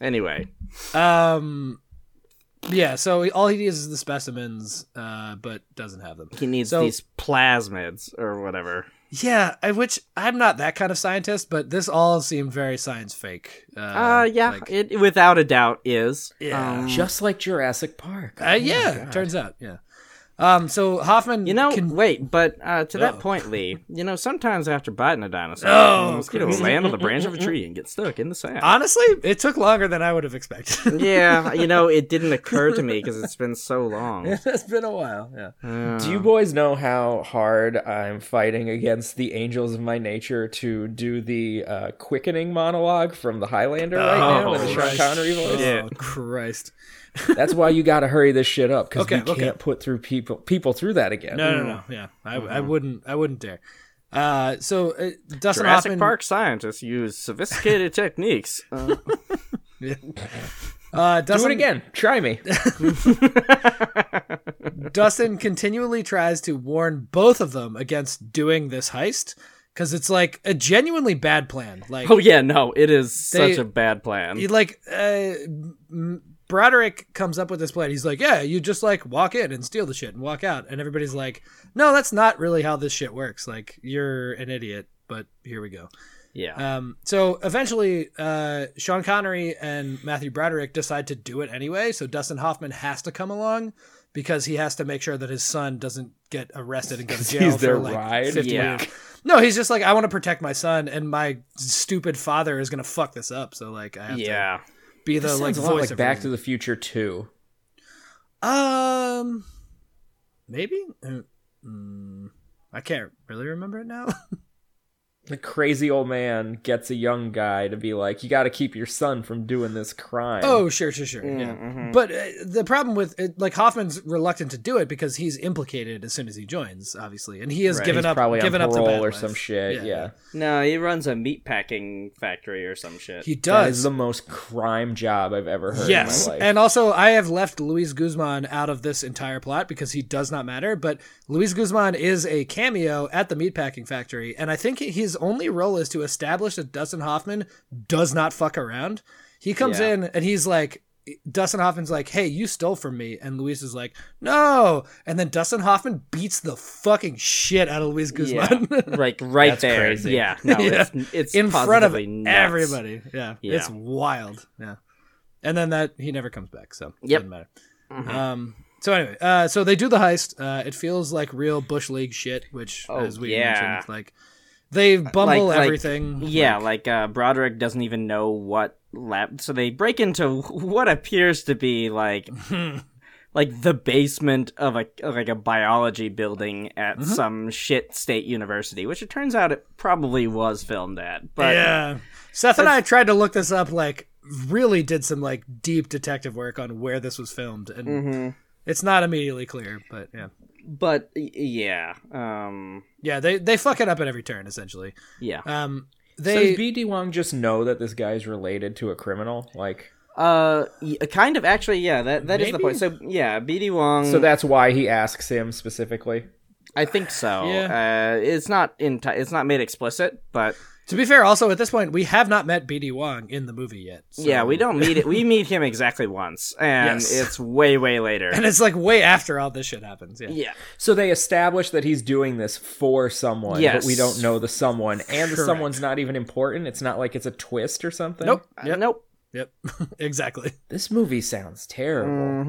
D: Anyway,
E: Um yeah, so he- all he needs is the specimens, uh, but doesn't have them.
D: he needs
E: So-
D: these plasmids or whatever.
E: Yeah, I, which I'm not that kind of scientist, but this all seemed very science fake. Uh,
D: Uh, yeah,
E: like-
D: it without a doubt is.
E: Yeah.
D: Um,
C: Just like Jurassic
D: Oh,
C: Park.
E: uh, yeah, turns out, yeah. Um, so Hoffman,
D: you know,
E: can-
D: wait, but uh, to that
E: Oh.
D: point, Lee, you know, sometimes after biting a dinosaur,
E: Oh,
D: a mosquito will land on the branch of a tree and get stuck in the sand.
E: honestly, it took longer than I would have
D: [LAUGHS]
E: expected.
D: yeah, you know, it didn't occur to me because it's been so
E: [LAUGHS]
D: long. Uh,
E: it's been a while. Yeah.
C: Do
E: Um,
C: you boys know how hard I'm fighting against the angels of my nature to do the uh, quickening monologue from the Highlander right now in the Sean
D: Christ.
C: Connery voice?
E: Oh Christ!
C: That's why you got to hurry this shit up because
E: Okay,
C: we
E: okay.
C: can't put through people people through that again.
E: No, no, no. Yeah, I, I
D: Mm-hmm.
E: wouldn't. I wouldn't dare. Uh, so uh,
D: Jurassic
E: Dustin Hoffman,
D: Park scientists use sophisticated
E: [LAUGHS]
D: techniques. Uh,
E: Uh,
C: Do
E: Dustin,
C: it again. Try
E: [LAUGHS]
C: me.
E: Dustin continually tries to warn both of them against doing this heist because it's like a genuinely bad plan. Like,
D: oh yeah, no, it is
E: They-
D: such a bad plan.
E: He like uh, m- Broderick comes up with this plan. He's like, "Yeah, you just like walk in and steal the shit and walk out." And everybody's like, "No, that's not really how this shit works. Like, you're an idiot." But here we go.
D: yeah,
E: Um, so eventually, uh, Sean Connery and Matthew Broderick decide to do it anyway. So Dustin Hoffman has to come along because he has to make sure that his son doesn't get arrested and go to jail
C: [LAUGHS] he's
E: for
C: their
E: like
C: ride?
E: 50
D: Yeah.
E: years. No, he's just like, I want to protect my son, and my stupid father is gonna fuck this up. So like, I have to
D: yeah.
E: be the
C: Sounds
E: like
C: a
E: voice
C: lot like
E: of
C: Back to
E: reason.
C: the Future Two.
E: um maybe Uh, mm, I can't really remember it now. [LAUGHS]
C: The crazy old man gets a young guy to be like, "You got to keep your son from doing this crime."
E: oh sure sure sure yeah.
D: Mm-hmm.
C: Mm.
E: But uh, the problem with it, like Hoffman's reluctant to do it because he's implicated as soon as he joins, obviously, and he has
C: he's
E: given up
C: probably
E: given
C: on
E: up the
C: parole
E: bad
C: or
E: life.
C: some shit. Yeah,
D: No, he runs a meat packing factory or some shit.
E: he
C: that is
E: does.
C: the most crime job I've ever heard.
E: Yes,
C: in my life.
E: and also I have left Luis Guzman out of this entire plot because he does not matter. But Luis Guzman is a cameo at the meatpacking factory, and I think his only role is to establish that Dustin Hoffman does not fuck around. He comes
D: Yeah.
E: in and he's like, Dustin Hoffman's like, "Hey, you stole from me," and Luis is like, "No," and then Dustin Hoffman beats the fucking shit out of Luis Guzman [LAUGHS]
D: like right
F: That's
D: there.
F: crazy.
D: Yeah, no,
E: Yeah.
D: it's it's
E: in front of
D: positively nuts.
E: everybody. Yeah,
D: Yeah.
E: it's wild. Yeah, and then that he never comes back, so it
D: Yep.
E: doesn't matter.
D: Mm-hmm.
E: Um, so anyway, uh, so they do the heist. Uh, it feels like real bush league shit, which
D: Oh,
E: as we
D: yeah. Uh,
E: mentioned, it's like they bumble
D: like-
E: everything.
D: Yeah, like uh, Broderick doesn't even know what lab. So they break into [LAUGHS] what appears to be like
E: [LAUGHS]
D: like the basement of a like a biology building at some shit state university, which it turns out it probably was filmed at. But
E: yeah. Seth and I tried to look this up. Like, really did some like deep detective work on where this was filmed, and
D: Mm-hmm.
E: it's not immediately clear. But yeah,
D: but y- yeah, um,
E: yeah, they they fuck it up at every turn essentially.
D: yeah.
E: Um,
C: So
E: they
C: does BD Wong just know that this guy's related to a criminal? Like,
D: Uh, y- kind of actually, yeah. That that is the
C: Maybe?
D: point. So yeah, BD Wong.
E: Mm.
C: so that's why he asks him specifically.
D: I think so.
E: Yeah.
D: Uh, it's not in. it's not made explicit, but
E: to be fair, also at this point we have not met BD Wong in the movie yet. so-
D: yeah, we don't meet it. We meet him exactly once, [LAUGHS] and
E: Yes.
D: it's way way later.
E: [LAUGHS] and it's like way after all this shit happens. Yeah,
D: yeah,
C: So they establish that he's doing this for someone,
D: Yes.
C: but we don't know the someone, and the
E: Correct.
C: someone's not even important. It's not like it's a twist or something.
E: Nope.
D: Uh,
E: Yep.
D: nope.
E: Yep. [LAUGHS] exactly.
C: This movie sounds
E: Mm-hmm.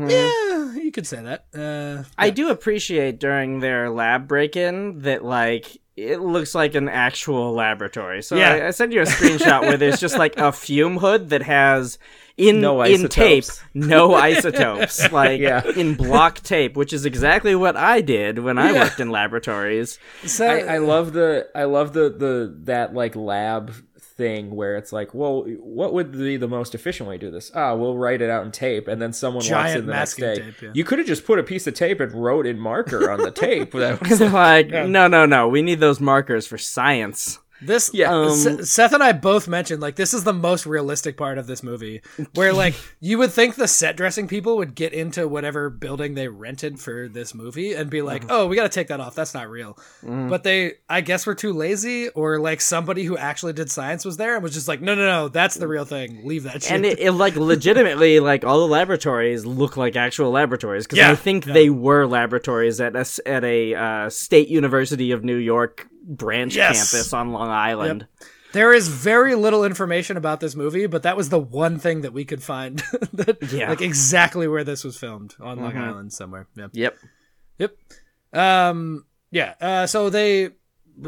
C: terrible.
E: Yeah, you could say that. Uh,
D: Mm-hmm. I do appreciate during their lab break in that like it looks like an actual laboratory. So
E: Yeah.
D: I, I sent you a screenshot where there's just like a fume hood that has in
C: No
D: in tape
C: isotopes.
E: [LAUGHS]
D: no isotopes like
C: Yeah.
D: in block tape, which is exactly what I did when I worked in
E: [LAUGHS]
D: laboratories.
E: so
C: I, I love the I love the the that like lab thing where it's like, well, what would be the most efficient way to do this? Ah, we'll write it out in tape, and then someone walks
E: Giant
C: in the next
E: masking
C: day.
E: tape, yeah.
C: You could have just put a piece of tape and wrote in marker on the tape.
E: [LAUGHS]
C: That was
D: like no no no, we need those markers for science.
E: This
C: Yeah.
D: Um,
E: S- Seth and I both mentioned like this is the most realistic part of this movie
D: [LAUGHS]
E: where like you would think the set dressing people would get into whatever building they rented for this movie and be
D: Mm-hmm.
E: like, "Oh, we got to take that off. That's not real." But they I guess were too lazy or like somebody who actually did science was there and was just like, "No, no, no, that's the real thing. Leave that shit."
D: and it, it like legitimately like all the laboratories look like actual laboratories because
E: Yeah.
D: I think they were laboratories at a s- at a uh, state university of New York branch
E: Yes.
D: campus on Long Island.
E: there is very little information about this movie, but that was the one thing that we could find [LAUGHS] that
D: Yeah. Mm-hmm.
E: like exactly where this was filmed on Long Island somewhere. Yeah.
D: Yep.
E: Yep. Um. Yeah. Uh. So they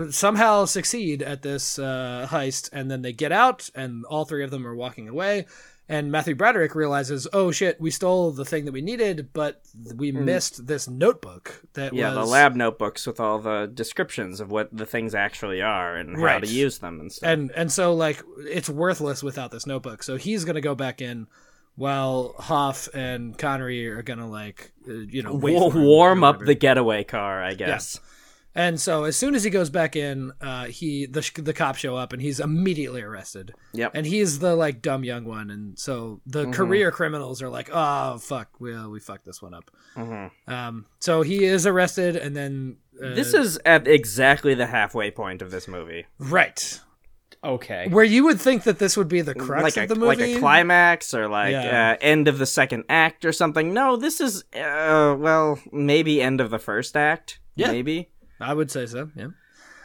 E: somehow succeed at this uh, heist, and then they get out, and all three of them are walking away. And Matthew Broderick realizes, oh shit, we stole the thing that we needed, but we missed this notebook that
D: Hmm. Yeah,
E: was
D: the lab notebooks with all the descriptions of what the things actually are and how
E: Right.
D: to use them and stuff.
E: and and so like it's worthless without this notebook. So he's gonna go back in, while Hoff and Connery are gonna like uh, you know wait
D: Wa-
E: for him or
D: warm up
E: whatever.
D: the getaway car, I guess.
E: And so as soon as he goes back in, uh, he the sh- the cops show up and he's immediately arrested.
D: Yep. Mm-hmm.
E: And he's the like dumb young one, and so the career criminals are like, oh fuck, well we fucked this one up. Um, so he is arrested, and then uh,
D: This is at exactly the halfway point of this movie.
E: right
C: okay.
E: where you would think that this would be the crux
D: like
E: of
D: a,
E: the
D: like
E: movie,
D: a climax or like
E: Yeah.
D: uh, end of the second act or something. No, this is uh, well maybe end of the first act.
E: Yeah.
D: maybe.
E: I would say so. Yeah.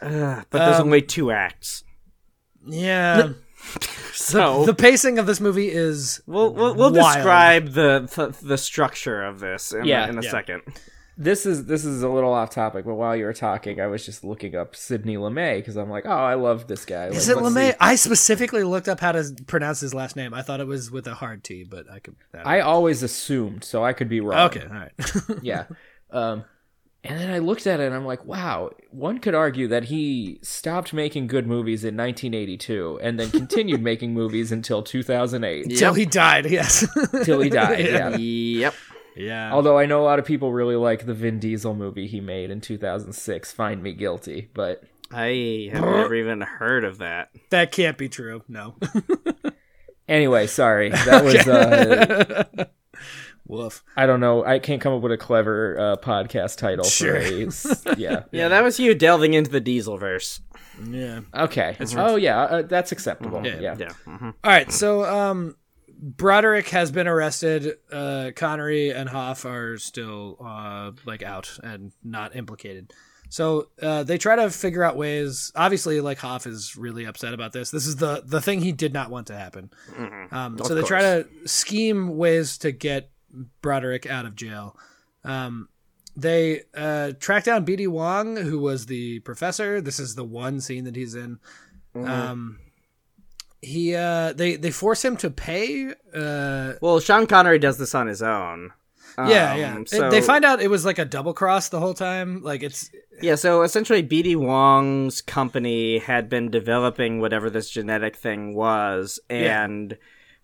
D: Ugh, but there's
E: Um,
D: only two
E: [LAUGHS]
D: acts,
E: Yeah.
D: so
E: the pacing of this movie is
D: we'll we'll, we'll
E: wild.
D: describe the, the the structure of this in,
C: Yeah.
D: a, in a
E: Yeah.
D: second.
C: This is this is a little off topic, but while you were talking, I was just looking up Sidney LeMay because I'm like, oh, I love this guy.
E: Is it
C: Like, let's
E: LeMay?
C: see.
E: I specifically looked up how to pronounce his last name. I thought it was with a hard T, but I could.
C: I always assumed, so I could be wrong.
E: Okay, all right. [LAUGHS]
C: yeah. Um, and then I looked at it and I'm like, wow, one could argue that he stopped making good movies in 1982 and then continued making movies until 2008
E: Till he died, yes.
C: till he
E: [LAUGHS]
C: died. Yeah.
D: Yep.
E: yeah.
C: Although I know a lot of people really like the Vin Diesel movie he made in 2006, Find Me Guilty, but
D: I have never even heard of that.
E: That can't be true. No.
C: anyway, sorry. That was uh,
E: [LAUGHS] Woof.
C: I don't know. I can't come up with a clever uh, podcast title
E: Sure.
C: for a s- yeah.
D: Yeah, that was you delving into the Diesel verse.
E: Yeah.
C: Okay. Oh yeah, uh, that's acceptable.
E: Yeah.
C: Yeah.
D: Yeah. mhm.
E: All right. So, um, Broderick has been arrested. Uh, Connery and Hoff are still uh, like out and not implicated. So uh, they try to figure out ways. Obviously, like Hoff is really upset about this. This is the the thing he did not want to happen. Um, so they try to scheme ways to get Broderick out of jail. Um, they uh, track down BD Wong, who was the professor. This is the one scene that he's in. Um, he uh, they they force him to pay. Uh,
D: Well, Sean Connery does this on his own.
E: yeah,
D: Um,
E: yeah. And
D: So
E: they find out it was like a double cross the whole time. Like it's
D: Yeah, so essentially, BD Wong's company had been developing whatever this genetic thing was,
E: Yeah.
D: and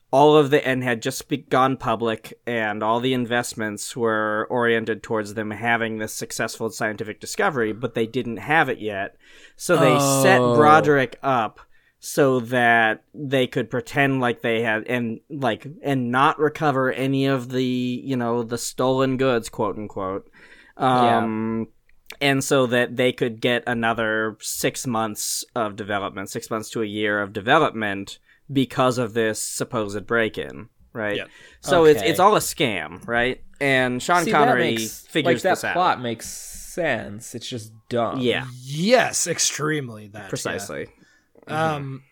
D: all of the and had just be- gone public, and all the investments were oriented towards them having this successful scientific discovery, but they didn't have it yet, so they set
C: Oh.
D: Broderick up so that they could pretend like they had and like and not recover any of the you know the stolen goods quote unquote um and so that they could get another six months of development six months to a year of development because of this supposed break-in right
E: Yep.
D: so it's
C: Okay.
D: it's all a scam right and sean
C: See, that
D: connery
C: makes-
D: figures
C: like, that
D: this out
C: plot makes sense. It's just dumb.
D: yeah
E: yes, extremely that yeah.
D: precisely Mm-hmm.
E: Um,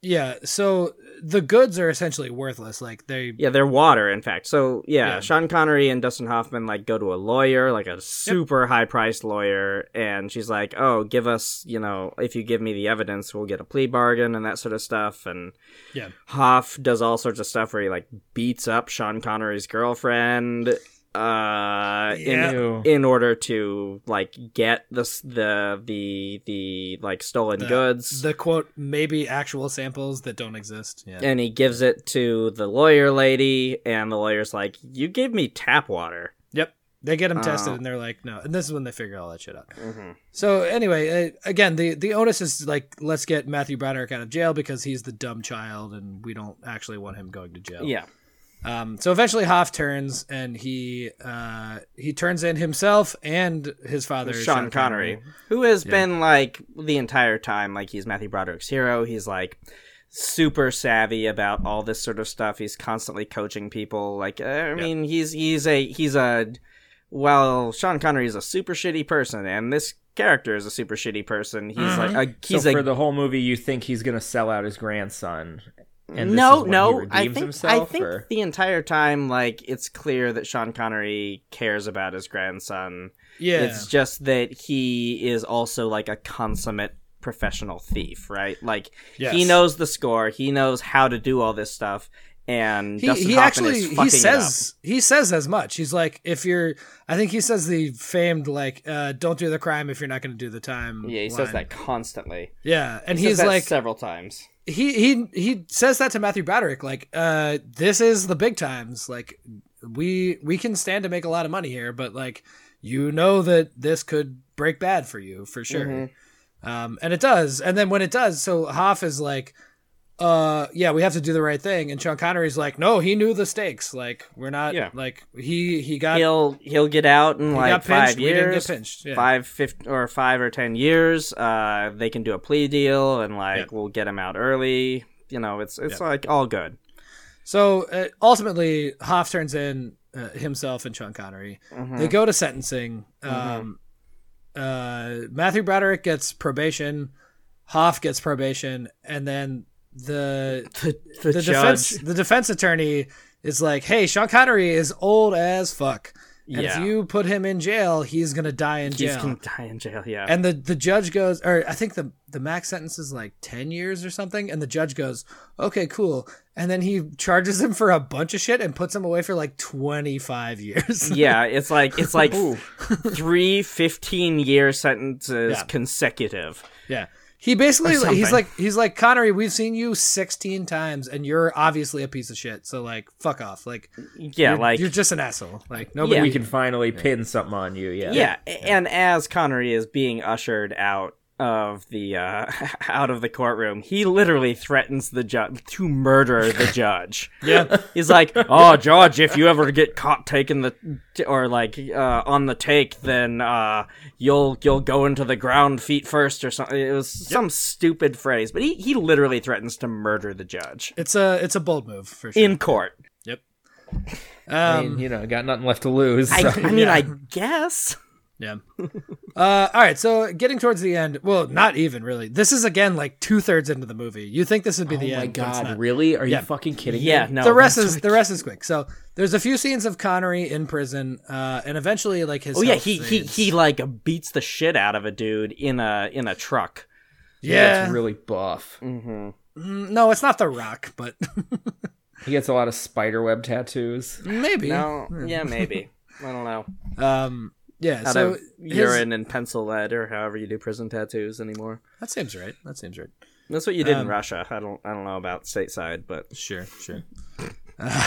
E: yeah. So the goods are essentially worthless. Like they
D: Yeah, they're water, in fact. So yeah,
E: Yeah.
D: Sean Connery and Dustin Hoffman like go to a lawyer, like a super high priced lawyer, and she's like, "Oh, give us, you know, if you give me the evidence, we'll get a plea bargain and that sort of stuff." And
E: Yeah.
D: Hoff does all sorts of stuff where he like beats up Sean Connery's girlfriend, uh,
E: Yeah.
D: in
C: Ew.
D: in order to like get this the the the like stolen goods.
E: the quote maybe actual samples that don't exist. Yeah.
D: and he gives it to the lawyer lady, and the lawyer's like, "You gave me tap water."
E: Yep. They get them tested
D: Oh.
E: and they're like, no. And this is when they figure all that shit out.
C: Mm-hmm.
E: So anyway, uh, again, the the onus is like, let's get Matthew Broderick out of jail because he's the dumb child, and we don't actually want him going to jail.
D: Yeah.
E: Um, so eventually, Hoff turns and he uh, he turns in himself and his father,
D: Sean, Connery, who has been like the entire time, like he's Matthew Broderick's hero. He's like super savvy about all this sort of stuff. He's constantly coaching people. Like, uh, I mean, he's he's a he's a well, Sean Connery is a super shitty person, and this character is a super shitty person. He's like a
C: So
D: he's
C: for
D: a
C: the whole movie, you think he's gonna sell out his grandson? And this is
D: no,
C: when he
D: no.
C: redeems
D: I think I
C: himself,
D: think
C: or-
D: the entire time, like it's clear that Sean Connery cares about his grandson.
E: Yeah,
D: It's just that he is also like a consummate professional thief, right? Like he
E: Yes.
D: knows the score, he knows how to do all this stuff, and
E: he,
D: Dustin
E: he
D: Hoffman
E: actually
D: is fucking
E: he
D: it
E: says he says as much. He's like, if you're, I think he says the famed like, uh, don't do the crime if you're not going to do the time.
D: up. yeah, he says
E: line.
D: that constantly.
E: Yeah, and
D: He says
E: he's
D: that
E: like,
D: several times.
E: he he he says that to Matthew Broderick, like, uh, this is the big times. Like, we we can stand to make a lot of money here, but like, you know that this could break bad for you for sure.
D: Mm-hmm.
E: Um, and it does. And then when it does, so Hoff is like, uh, yeah, we have to do the right thing. And Sean Connery's like, no, he knew the stakes. Like, we're not.
D: Yeah.
E: Like he he got
D: He'll he'll get out in like
E: got
D: five
E: pinched, we
D: years.
E: didn't get pinched, yeah.
D: Five fif- or five or ten years. Uh, they can do a plea deal and like
E: Yeah.
D: we'll get him out early. You know, it's it's like all good.
E: So uh, ultimately, Hoff turns in uh, himself and Sean Connery.
D: Hmm.
E: They go to sentencing.
D: Mm-hmm.
E: Um, uh, Matthew Broderick gets probation. Hoff gets probation, and then the
D: The,
E: the defense the defense attorney is like, "Hey, Sean Connery is old as fuck, and
D: Yeah.
E: if you put him in jail, he's gonna die in
D: he's
E: jail."
D: gonna die in jail. Yeah.
E: and the the judge goes or i think the the max sentence is like 10 years or something and the judge goes okay cool and then he charges him for a bunch of shit and puts him away for like 25 [LAUGHS] years
D: yeah it's like it's
E: [LAUGHS]
D: like three 15 year sentences
E: Yeah.
D: consecutive
E: yeah he basically
D: Or something.
E: he's like he's like connery we've seen you 16 times and you're obviously a piece of shit so like fuck off like
D: yeah
E: you're,
D: like
E: you're just an asshole like
D: Yeah.
E: nobody
C: we can finally pin something on you. Yeah.
D: yeah, and as connery is being ushered out of the uh, [LAUGHS] out of the courtroom, he literally threatens the judge to murder the judge.
E: Yeah.
D: He's like, "Oh, Judge, if you ever get caught taking the or like uh, on the take, then uh, you'll you'll go into the ground feet first or something." It was some stupid phrase, but he he literally threatens to murder the judge
E: It's a it's a bold move for sure. Um,
D: in court.
E: yep.
C: I mean, you know, got nothing left to lose.
D: um, I,
C: so-
E: [LAUGHS]
D: I mean, I guess.
E: Yeah. uh, all right. So getting towards the end. Well, not even really. This is again like two thirds into the movie. You think this would be the
C: oh
E: end?
C: my
E: but it's
C: god,
E: not.
C: really? Are
E: Yeah.
C: you fucking kidding
D: Yeah,
C: me?
D: no.
E: the rest
D: that's-
E: is the rest is quick. So there's a few scenes of Connery in prison, uh, and eventually like his.
D: Oh yeah,
E: health
D: he he
E: fades.
D: he like beats the shit out of a dude in a in a truck.
C: He gets
E: Yeah.
C: really buff.
D: Mm-hmm.
E: Mm, no, it's not The Rock, but [LAUGHS]
C: He gets a lot of spiderweb tattoos.
E: maybe.
D: No, yeah, maybe. I don't
E: [LAUGHS]
D: know.
E: Um. Yeah.
D: Out
E: Hmm. so
D: of
E: his-
D: urine and pencil lead, or however you do prison tattoos anymore.
E: That seems right. That seems right.
D: That's what you did
E: Um,
D: in Russia. I don't I don't know about stateside, but
E: Sure. Sure. [LAUGHS]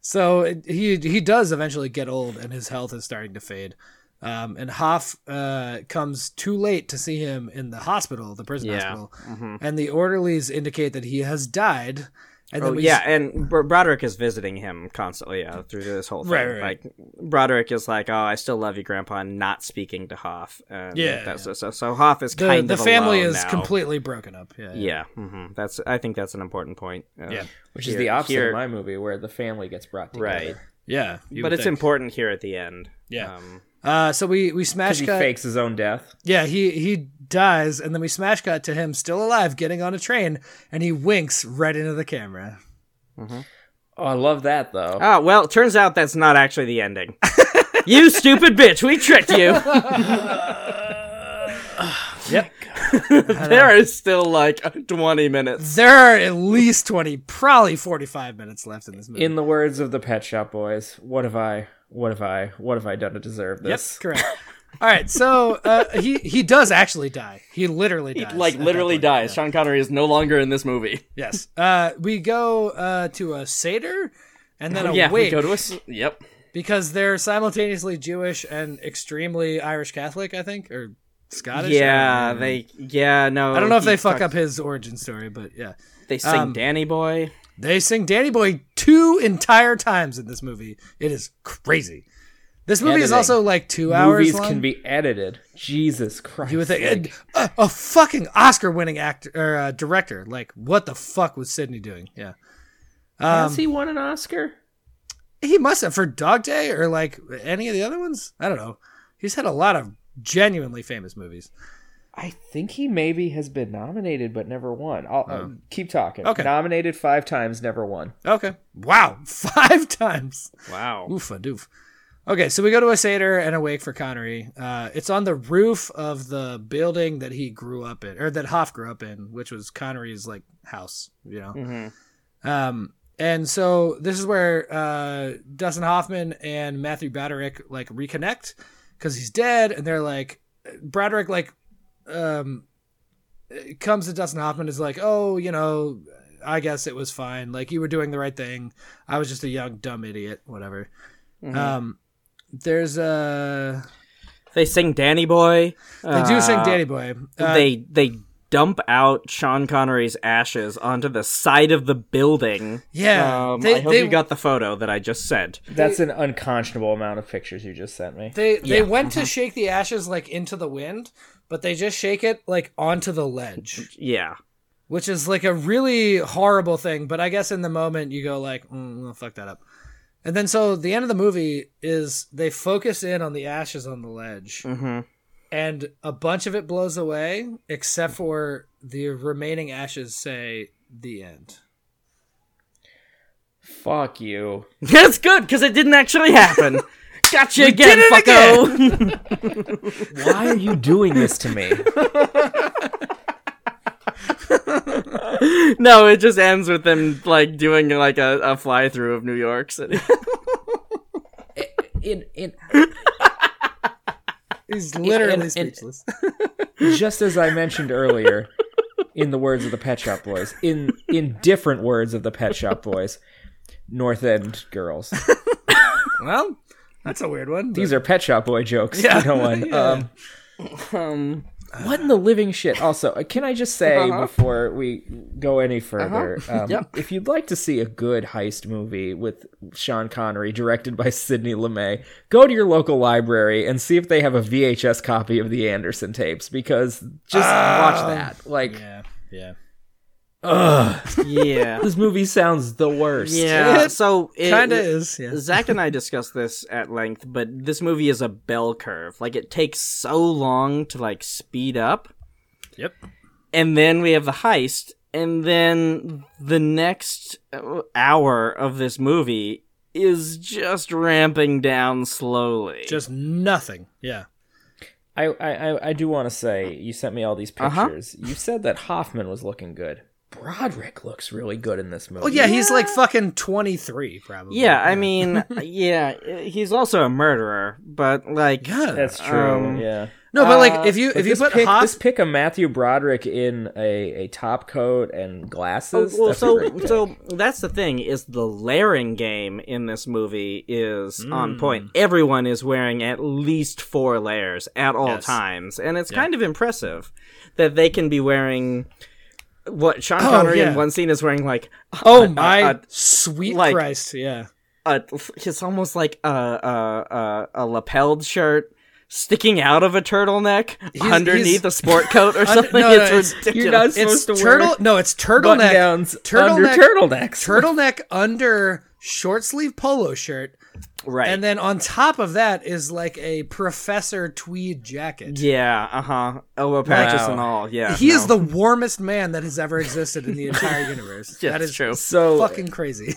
E: so it- he he does eventually get old, and his health is starting to fade. Um, and Hoff uh, comes too late to see him in the hospital, the prison
D: Yeah.
E: hospital, and the orderlies indicate that he has died. And
D: oh,
E: we
D: yeah, and Bro- Broderick is visiting him constantly uh, through this whole thing.
E: Right, right, right.
D: Like Broderick is like, "Oh, I still love you, Grandpa," and not speaking to Hoff. And
E: Yeah,
D: that's, So, so Hoff is
E: the,
D: kind
E: the
D: of
E: family
D: alone
E: is
D: now.
E: completely broken up. Yeah,
D: Yeah, hmm that's. I think that's an important point. Uh,
E: Yeah.
C: Which is
D: Here-
C: the opposite
D: here-
C: of my movie where the family gets brought together.
D: Right.
E: yeah. you
D: but
E: would
D: it's
E: think.
D: important here at the end.
E: Yeah.
D: Um,
E: Uh, so we we smash
C: Because he
E: cut.
C: fakes his own death.
E: Yeah, he he dies, and then we smash cut to him still alive, getting on a train, and he winks right into the camera.
C: Oh, I love that though.
D: ah, well, it turns out that's not actually the ending. [LAUGHS] you stupid bitch, we tricked
E: [LAUGHS]
D: you.
E: Yep.
D: there is still like 20 minutes.
E: There are at least twenty, probably forty-five minutes left in this movie.
C: In the words of the Pet Shop Boys, what have I, what have I, what have I done to deserve
E: yep,
C: this?
E: correct. All right, so uh, he he does actually die. He literally dies.
D: Like
E: at that
D: literally
E: point.
D: dies. Sean Connery is no longer in this movie.
E: Yes. Uh, we go uh, to a seder, and then a
D: Oh, yeah,
E: wake
D: we go to a s- yep.
E: because they're simultaneously Jewish and extremely Irish Catholic, I think, or Scottish.
D: Yeah, they yeah, no.
E: I don't know if
D: he
E: they fuck
D: talk-
E: up his origin story, but yeah.
D: They sing
E: um,
D: Danny Boy.
E: They sing Danny Boy two entire times in this movie. It is crazy. This movie is
C: Editing.
E: also like two hours
C: Movies
E: long.
C: can be edited. Jesus Christ!
E: You would think
C: like,
E: a, a fucking Oscar-winning actor or uh, director. Like, what the fuck was Sidney doing? Yeah, Um,
C: has he won an Oscar?
E: he must have for Dog Day or like any of the other ones. I don't know. He's had a lot of genuinely famous movies.
C: I think he maybe has been nominated but never won. I'll
D: Oh.
C: uh, keep talking.
E: Okay.
C: Nominated five times, never won.
E: Okay, wow, [LAUGHS] five times.
D: Wow.
E: Oof a doof. Okay, so we go to a Seder and a wake for Connery. Uh, it's on the roof of the building that he grew up in, or that Hoff grew up in, which was Connery's like house, you know.
D: Mm-hmm.
E: Um, and so this is where uh, Dustin Hoffman and Matthew Broderick like reconnect because he's dead, and they're like, Broderick like um, comes to Dustin Hoffman is like, oh, you know, I guess it was fine. Like you were doing the right thing. I was just a young dumb idiot, whatever.
D: Mm-hmm.
E: Um, there's a
D: They sing Danny Boy.
E: they do sing Danny Boy. Uh,
D: they they dump out Sean Connery's ashes onto the side of the building.
E: yeah.
D: Um,
E: they,
D: I hope
E: they,
D: you got the photo that I just sent.
C: That's an unconscionable amount of pictures you just sent me.
E: They they went to shake the ashes like into the wind, but they just shake it like onto the ledge,
D: Yeah.
E: which is like a really horrible thing. But I guess in the moment you go like, mm, well, fuck that up. And then so the end of the movie is they focus in on the ashes on the ledge,
D: Mm.
E: and a bunch of it blows away, except for the remaining ashes say the end.
C: Fuck you.
D: [LAUGHS] That's good because it didn't actually
E: [LAUGHS]
D: happen. Gotcha again,
E: did it
D: fucko.
C: Why are you doing this to [LAUGHS] me?
D: no, it just ends with them like doing like a, a fly through of New York City.
C: In in
E: He's literally
C: and- and-
E: speechless. [LAUGHS]
C: just as I mentioned earlier, in the words of the Pet Shop Boys, in in different words of the Pet Shop Boys, North End girls.
E: well, that's a weird one. but-
C: These are Pet Shop Boy jokes. Yeah.
E: Yeah.
C: No one. Um, What in the living shit? Also, uh, can I just say before we go any further, um, if you'd like to see a good heist movie with Sean Connery directed by Sidney Lumet, go to your local library and see if they have a VHS copy of the Anderson tapes because just watch that. Like,
G: Yeah, yeah.
D: [LAUGHS] yeah.
C: this movie sounds the worst.
D: Yeah.
E: It
D: So it
E: Kind of is. Yeah.
D: Zach and I discussed this at length, but this movie is a bell curve. Like it takes so long to like speed up.
G: Yep.
D: And then we have the heist, and then the next uh, hour of this movie is just ramping down slowly.
G: Just nothing. Yeah.
C: I, I, I- I do want to say you sent me all these
D: Uh-huh.
C: pictures. You said that Hoffman was looking good. Broderick looks really good in this movie.
E: Well, Oh, yeah, he's like fucking 23, probably.
D: yeah, I mean, yeah, he's also a murderer, but like,
C: that's true.
D: Um,
C: yeah.
E: No, but like if you
C: But
E: if you
C: this
E: put
C: pick,
E: Hoff,
C: this pick of Matthew Broderick in a, a top coat and glasses.
D: Oh, well,
C: that's a
D: so
C: great pick.
D: so that's the thing is the layering game in this movie is
E: Mm.
D: on point. Everyone is wearing at least four layers at all
G: Yes.
D: times, and it's kind of impressive that they can be wearing what Sean
E: Oh,
D: Connery in
E: yeah.
D: one scene is wearing like
E: oh my
D: uh,
E: sweet
D: like-
E: Christ, yeah.
D: a it's almost like a a a, a lapelled shirt. Sticking out of a turtleneck underneath
E: he's-
D: a sport
E: [LAUGHS]
D: coat or something.
E: no,
D: it's
E: no, it's-
D: ridiculous.
C: You're not
E: It's
C: supposed to
E: turtle.
C: wear
E: No, it's turtleneck.
C: button-downs
E: turtleneck.
C: under turtlenecks.
E: turtleneck under short sleeve polo shirt,
D: right.
E: and then on top of that is like a professor tweed jacket.
D: yeah, uh huh. Elbow patches and all. Yeah.
E: He
D: no.
E: is the warmest man that has ever existed in the entire universe.
D: Yeah,
E: that
D: it's
E: is
D: true.
C: so
E: fucking crazy.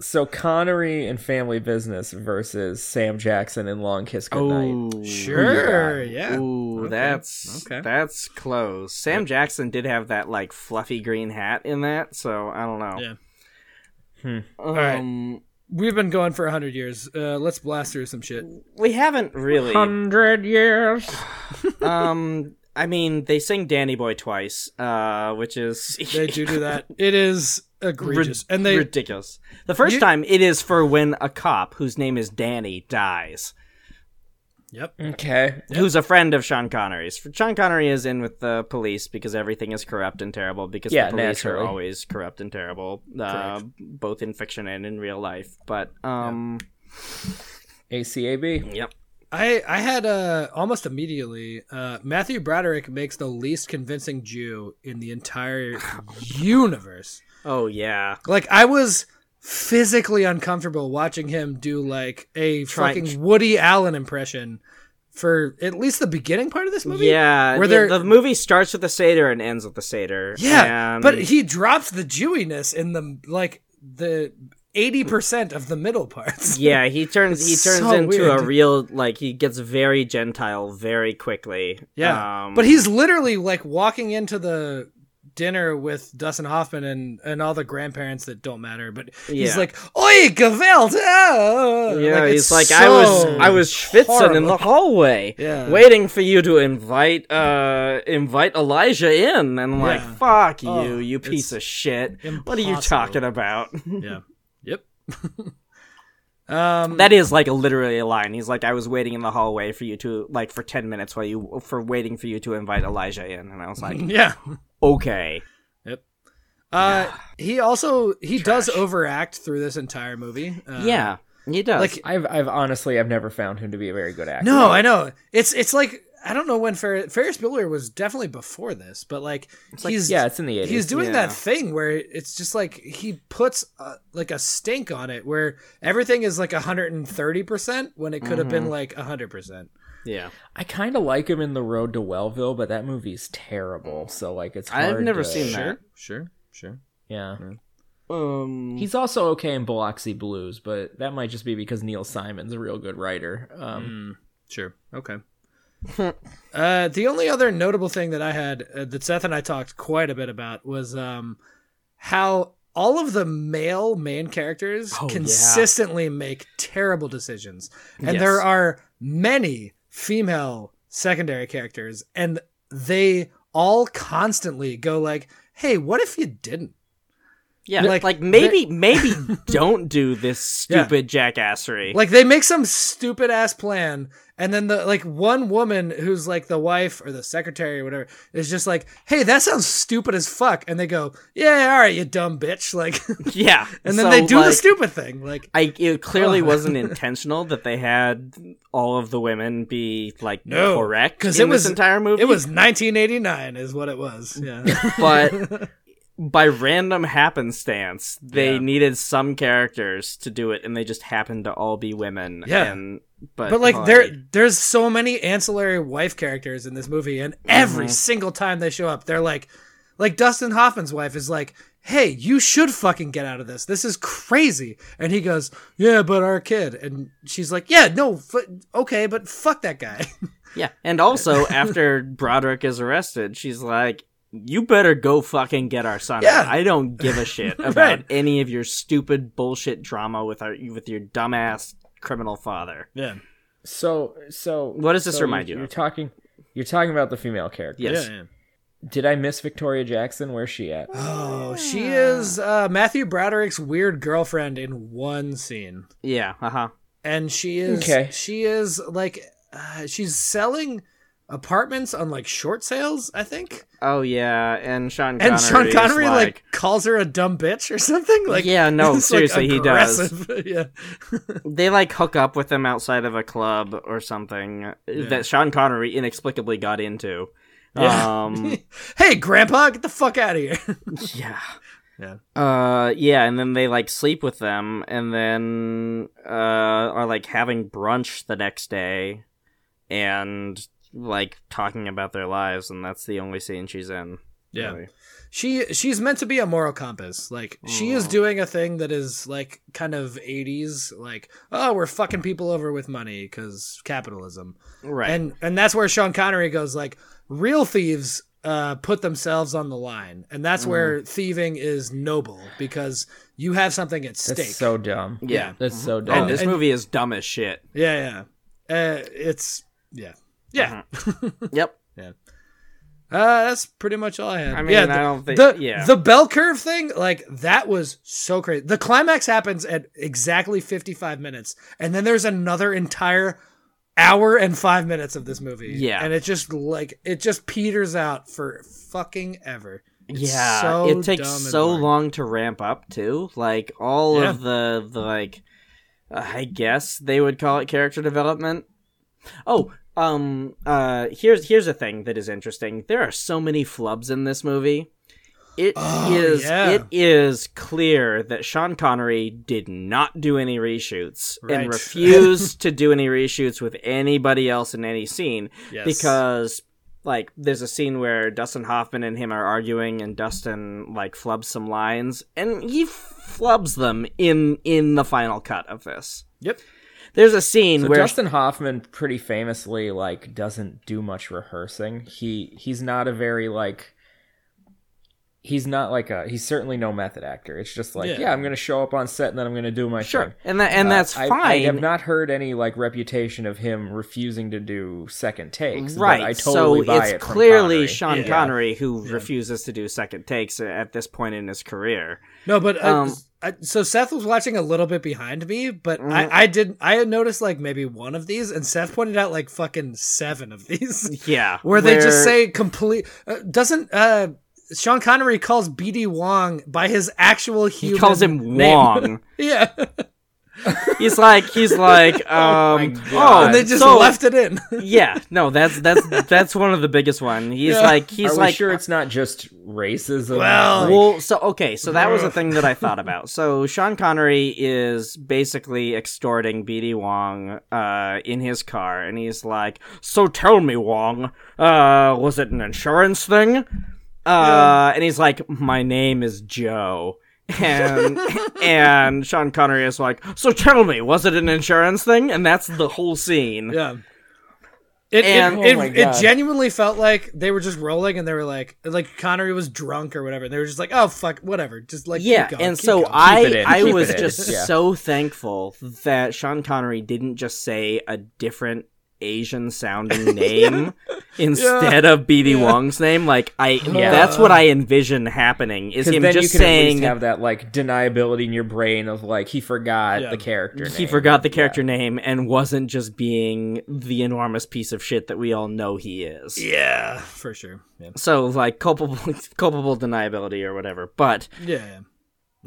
C: so Connery and Family Business versus Sam Jackson in Long Kiss Goodnight.
D: Ooh.
E: sure, yeah.
D: Ooh, that's
E: okay.
D: that's close. Sam Jackson did have that like fluffy green hat in that, so I don't know.
G: Yeah.
E: Hmm. right.
D: Um,
E: We've been going for hundred years. Uh, let's blast through some shit.
D: we haven't really.
E: Um, [LAUGHS]
C: Hundred years.
D: um, I mean, they sing "Danny Boy" twice, uh, which is
E: They do do that. It is egregious,
D: [LAUGHS] rid-
E: and they
D: ridiculous. The first
E: You-
D: time it is for when a cop whose name is Danny dies,
C: Okay.
D: who's a friend of Sean Connery's. Sean Connery is in with the police because everything is corrupt and terrible because
C: Yeah,
D: the police
C: naturally.
D: are always corrupt and terrible, uh, both in fiction and in real life. But um,
C: ACAB.
D: yep.
E: I I had uh almost immediately uh Matthew Broderick makes the least convincing Jew in the
D: [LAUGHS]
E: entire universe.
D: Oh yeah.
E: Like I was physically uncomfortable watching him do like a
D: Try-
E: fucking Woody Allen impression for at least the beginning part of this movie.
D: Yeah,
E: Where
D: the,
E: they're-
D: the movie starts with the satyr and ends with the satyr.
E: Yeah,
D: and-
E: but he drops the Jewiness in the like the 80% of the middle parts.
D: yeah, he turns he
E: It's
D: turns
E: so
D: into
E: weird.
D: a real like he gets very gentile very quickly.
E: Yeah.
D: um,
E: but he's literally like walking into the dinner with Dustin Hoffman and, and all the grandparents that don't matter. But he's
D: Yeah.
E: like, Oi, Gewalt! ah!"
D: Yeah,
E: Like,
D: he's
E: it's
D: like I was
E: so-
D: I was schwitzing in
E: horrible.
D: the [LAUGHS] hallway,
E: Yeah.
D: Uh, waiting for you to invite uh invite Elijah in, and I'm like,
E: Yeah.
D: fuck
E: Oh,
D: you, you piece
E: it's
D: of shit. What are you
E: impossible.
D: talking about? [LAUGHS]
G: Yeah.
E: Yep. [LAUGHS] um,
D: that is like a literally a line. He's like, I was waiting in the hallway for you to like for ten minutes while you for waiting for you to invite Elijah in, and I was
E: [LAUGHS]
D: like,
E: yeah.
D: okay,
E: Uh, he also he does overact through this entire movie. Uh,
D: yeah, he does.
E: like
C: I've I've honestly I've never found him to be a very good actor.
E: No, I know. It's it's like I don't know when Fer- Ferris Bueller was definitely before this, but like he's
C: yeah, it's in the 80s.
E: he's doing
D: yeah.
E: that thing where it's just like he puts uh like a stink on it where everything is like 130% when it could have been like 100%.
D: yeah,
C: I kind of like him in The Road to Wellville, but that movie's terrible. So like, it's hard
D: I've never
C: to-
D: seen that.
G: Sure. Sure.
C: Yeah,
D: Um,
C: he's also okay in Biloxi Blues, but that might just be because Neil Simon's a real good writer.
D: Mm.
C: Um,
E: Mm, Sure. Okay. [LAUGHS] uh, the only other notable thing that I had uh, that Seth and I talked quite a bit about was um, how all of the male main characters consistently make terrible decisions, and
D: Yes.
E: there are many female secondary characters, and they all constantly go like, "Hey, what if you didn't?"
D: Yeah,
E: Like-
D: like, maybe
E: [LAUGHS]
D: maybe don't do this stupid jackassery.
E: Like they make some stupid ass plan, and then the like one woman who's like the wife or the secretary or whatever is just like, "Hey, that sounds stupid as fuck," and they go, "Yeah, all right, you dumb bitch." [LAUGHS] Like,
D: yeah,
E: and then
D: so,
E: they do the
D: like,
E: stupid thing. Like,
D: I it clearly
E: Oh.
D: wasn't intentional that they had all of the women be like
E: No,
D: correct
E: 'cause
D: because
E: it
D: in this
E: was-
D: entire movie.
E: it was 1989, is what it was.
D: [LAUGHS]
E: Yeah, [LAUGHS]
D: but by random happenstance, they needed some characters to do it, and they just happened to all be women.
E: Yeah.
D: and, but
E: but like
D: oh,
E: there, there's so many ancillary wife characters in this movie, and
D: Mm-hmm.
E: every single time they show up, they're like, like Dustin Hoffman's wife is like. Hey, you should fucking get out of this. This is crazy. And he goes, "Yeah, but our kid." And she's like, "Yeah, no, fu- okay, but fuck that guy." [LAUGHS]
D: yeah. And also, after Broderick is arrested, she's like. You better go fucking get our son.
E: Yeah.
D: I don't give a
E: [LAUGHS]
D: shit about
E: Right.
D: any of your stupid bullshit drama with our with your dumbass criminal father.
G: Yeah.
C: So so
D: What does this
C: so
D: remind you
C: You're
D: of?
C: talking you're talking about the female character.
D: Yes.
G: Yeah.
C: Did I miss Victoria Jackson? Where's she at?
E: Oh, she is uh, Matthew Broderick's weird girlfriend in one scene,
D: Yeah, uh huh.
E: and she is
C: Okay.
E: she is like uh, she's selling apartments on like short sales, I think.
D: Oh yeah, and Sean Connery.
E: And Sean
D: is
E: Connery like,
D: like,
E: calls her a dumb bitch or something. Like
D: Yeah, no,
E: [LAUGHS] it's, like,
D: seriously, he does.
E: aggressive. [LAUGHS] yeah,
D: they like hook up with them outside of a club or something uh, that Sean Connery inexplicably got into.
E: Yeah. [LAUGHS]
D: Um,
E: hey, Grandpa, get the fuck out of here. [LAUGHS]
D: yeah.
G: Yeah.
D: Uh yeah, and then they like sleep with them and then uh are like having brunch the next day and like talking about their lives and that's the only scene she's in.
G: Yeah.
D: really.
E: she she's meant to be a moral compass like she is doing a thing that is like kind of 80s like oh we're fucking people over with money because capitalism
D: Right.
E: and and that's where sean connery goes like real thieves uh, put themselves on the line and that's
D: Mm.
E: where thieving is noble because you have something at stake
C: That's so dumb.
D: yeah.
C: That's so dumb.
D: And this
E: and-
D: movie is dumb as shit.
E: yeah yeah uh, it's yeah
D: Mm-hmm.
E: yeah
D: Yep.
E: Uh, that's pretty much all I had.
D: I mean,
E: yeah,
D: I
E: the,
D: don't think-
E: the,
D: yeah.
E: the bell curve thing, like that was so crazy. The climax happens at exactly 55 minutes, and then there's another entire hour and five minutes of this movie.
D: Yeah.
E: and it just like it just peters out for fucking ever. It's
D: yeah
E: so
D: it takes
E: dumb and
D: so
E: boring.
D: long to ramp up too like all
E: Yeah.
D: of the, the like uh, i guess they would call it character development oh um uh here's here's a thing that is interesting there are so many flubs in this movie It is
E: Oh, yeah.
D: it is clear that Sean Connery did not do any reshoots
E: Right.
D: and
E: [LAUGHS]
D: refused to do any reshoots with anybody else in any scene because like there's a scene where Dustin Hoffman and him are arguing and Dustin like flubs some lines and he flubs them in in the final cut of this.
E: Yep.
D: There's a scene
C: So
D: where
C: Dustin Hoffman pretty famously like doesn't do much rehearsing. He he's not a very like he's not like a he's certainly no method actor. It's just like,
G: Yeah.
C: yeah, I'm gonna show up on set and then I'm gonna do my
D: sure
C: thing.
D: and that and
C: Uh,
D: that's
C: I-
D: fine.
C: I, have not heard any like reputation of him refusing to do second takes. but
D: right.
C: I totally
D: so
C: buy
D: it's
C: it from
D: clearly
C: Connery.
D: Sean
E: Yeah.
D: Connery who refuses to do second takes at this point in his career.
E: No, but uh,
D: Um,
E: I, so Seth was watching a little bit behind me, but
D: Mm-hmm.
E: I, I did I had noticed like maybe one of these, and Seth pointed out like fucking seven
D: [LAUGHS]
E: of these.
D: Yeah.
E: where they just say complete uh, doesn't uh Sean Connery calls BD Wong by his actual human
D: he calls him
E: name.
D: Wong.
E: [LAUGHS] yeah.
D: he's like
C: [LAUGHS]
D: he's like um oh,
E: and they just
D: so-
E: left it in. [LAUGHS]
D: yeah, no, that's that's that's one of the biggest one. He's
E: Yeah.
D: like
C: Are
D: he's
C: we
D: like
C: sure it's not just racism?
E: Well,
C: Like,
D: well, so okay, so that was a thing that I thought about. So Sean Connery is basically extorting BD Wong uh, in his car, and he's like, "So tell me, Wong, uh, was it an insurance thing?" Uh, and he's like, "My name is Joe." and and Sean Connery is like, so tell me, was it an insurance thing? And that's the whole scene.
E: yeah. It,
D: And-
E: it,
D: Oh my
E: it, it
D: God.
E: genuinely felt like they were just rolling and they were like like Connery was drunk or whatever and they were just like oh fuck whatever just like keep
D: yeah
E: going,
D: and
E: keep
D: so
E: going.
C: Keep it
D: i
C: in,
D: i
C: keep
D: was
C: it in,
D: just
C: yeah.
D: so thankful
E: [LAUGHS]
D: that sean connery didn't just say a different asian sounding name instead of BD Wong's name. Like I, that's what I envision happening is
C: 'Cause
D: him
C: then
D: just
C: you can at
D: saying
C: least have that like deniability in your brain of like he forgot the character.
D: he
C: name.
D: forgot the character name and wasn't just being the enormous piece of shit that we all know he is.
G: Yeah, for sure. Yeah,
D: So like culpable, [LAUGHS] culpable deniability or whatever. But
G: yeah.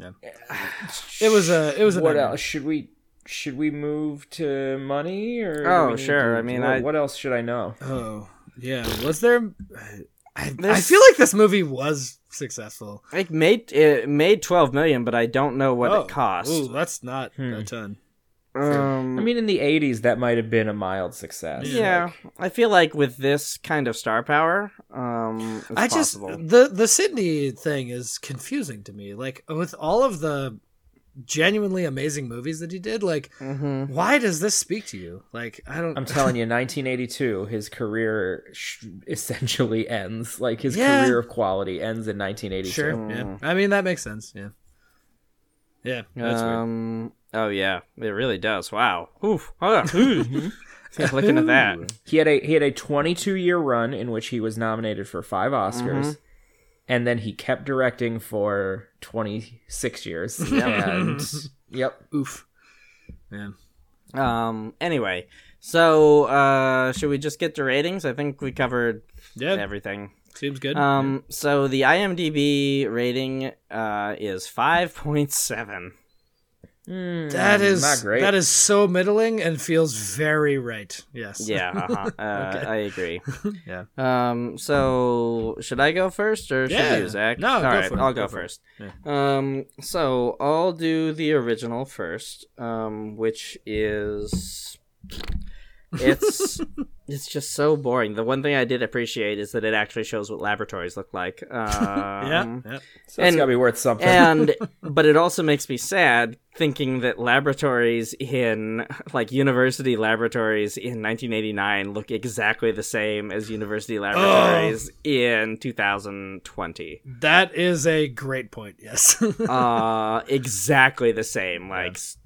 E: [SIGHS] It was a. It was a.
C: What
E: nightmare.
C: else should we? Should we move to money or?
D: Oh,
C: do we need
D: sure,
C: to-
D: I mean,
C: what,
D: I-
C: what else should I know?
G: Oh,
E: Yeah. Was there? I, I
D: This-
E: feel like this movie was successful.
D: it made it made twelve million, but I don't know what
E: oh,
D: it cost.
E: Ooh, that's not
D: Hmm.
E: a ton.
D: Um,
C: I mean, in the '80s, that might have been a mild success.
D: yeah, I feel like with this kind of star power, um, it's
E: I just
D: possible.
E: the the Sydney thing is confusing to me. Like with all of the genuinely amazing movies that he did, like
D: Mm-hmm.
E: why does this speak to you? Like I don't.
C: I'm telling you, 1982, his career sh- essentially [LAUGHS] ends. Like his
E: Yeah.
C: career of quality ends in 1982.
E: sure. Yeah. I mean that makes sense. Yeah. Yeah. That's weird.
D: Um, oh yeah, it really does. Wow. Oof.
E: [LAUGHS]
D: Ah, [LAUGHS]
E: Hmm.
D: ooh. Just looking at that.
C: He had a he had a 22 year run in which he was nominated for five Oscars,
D: Mm-hmm.
C: and then he kept directing for 26 years. And
D: [LAUGHS]
C: yep,
E: Oof. Hmm.
D: Um. Anyway, so uh, should we just get to ratings? I think we covered
E: Yeah.
D: everything.
E: Seems good.
D: Um. So the IMDb rating uh is five point seven.
E: that is
C: Mm, not great.
E: That is so middling and feels very right. Yes.
D: Yeah. Uh-huh. Uh, I agree.
E: [LAUGHS] Yeah.
D: Um. So should I go first or should
E: Yeah.
D: you, Zach?
E: No,
D: All
E: go
D: right,
E: for it,
D: I'll
E: go
D: go,
E: for it.
D: first. Um. So I'll do the original first. Um. Which is.
E: [LAUGHS]
D: It's it's just so boring. The one thing I did appreciate is that it actually shows what laboratories look like. Um,
E: [LAUGHS] [LAUGHS] Yeah.
C: so
E: yeah.
C: it's
D: And-
C: gotta be worth something.
D: and but it also makes me sad thinking that laboratories in like university laboratories in 1989 look exactly the same as university laboratories in 2020
E: That is a great point. Yes.
D: uh exactly the same like s-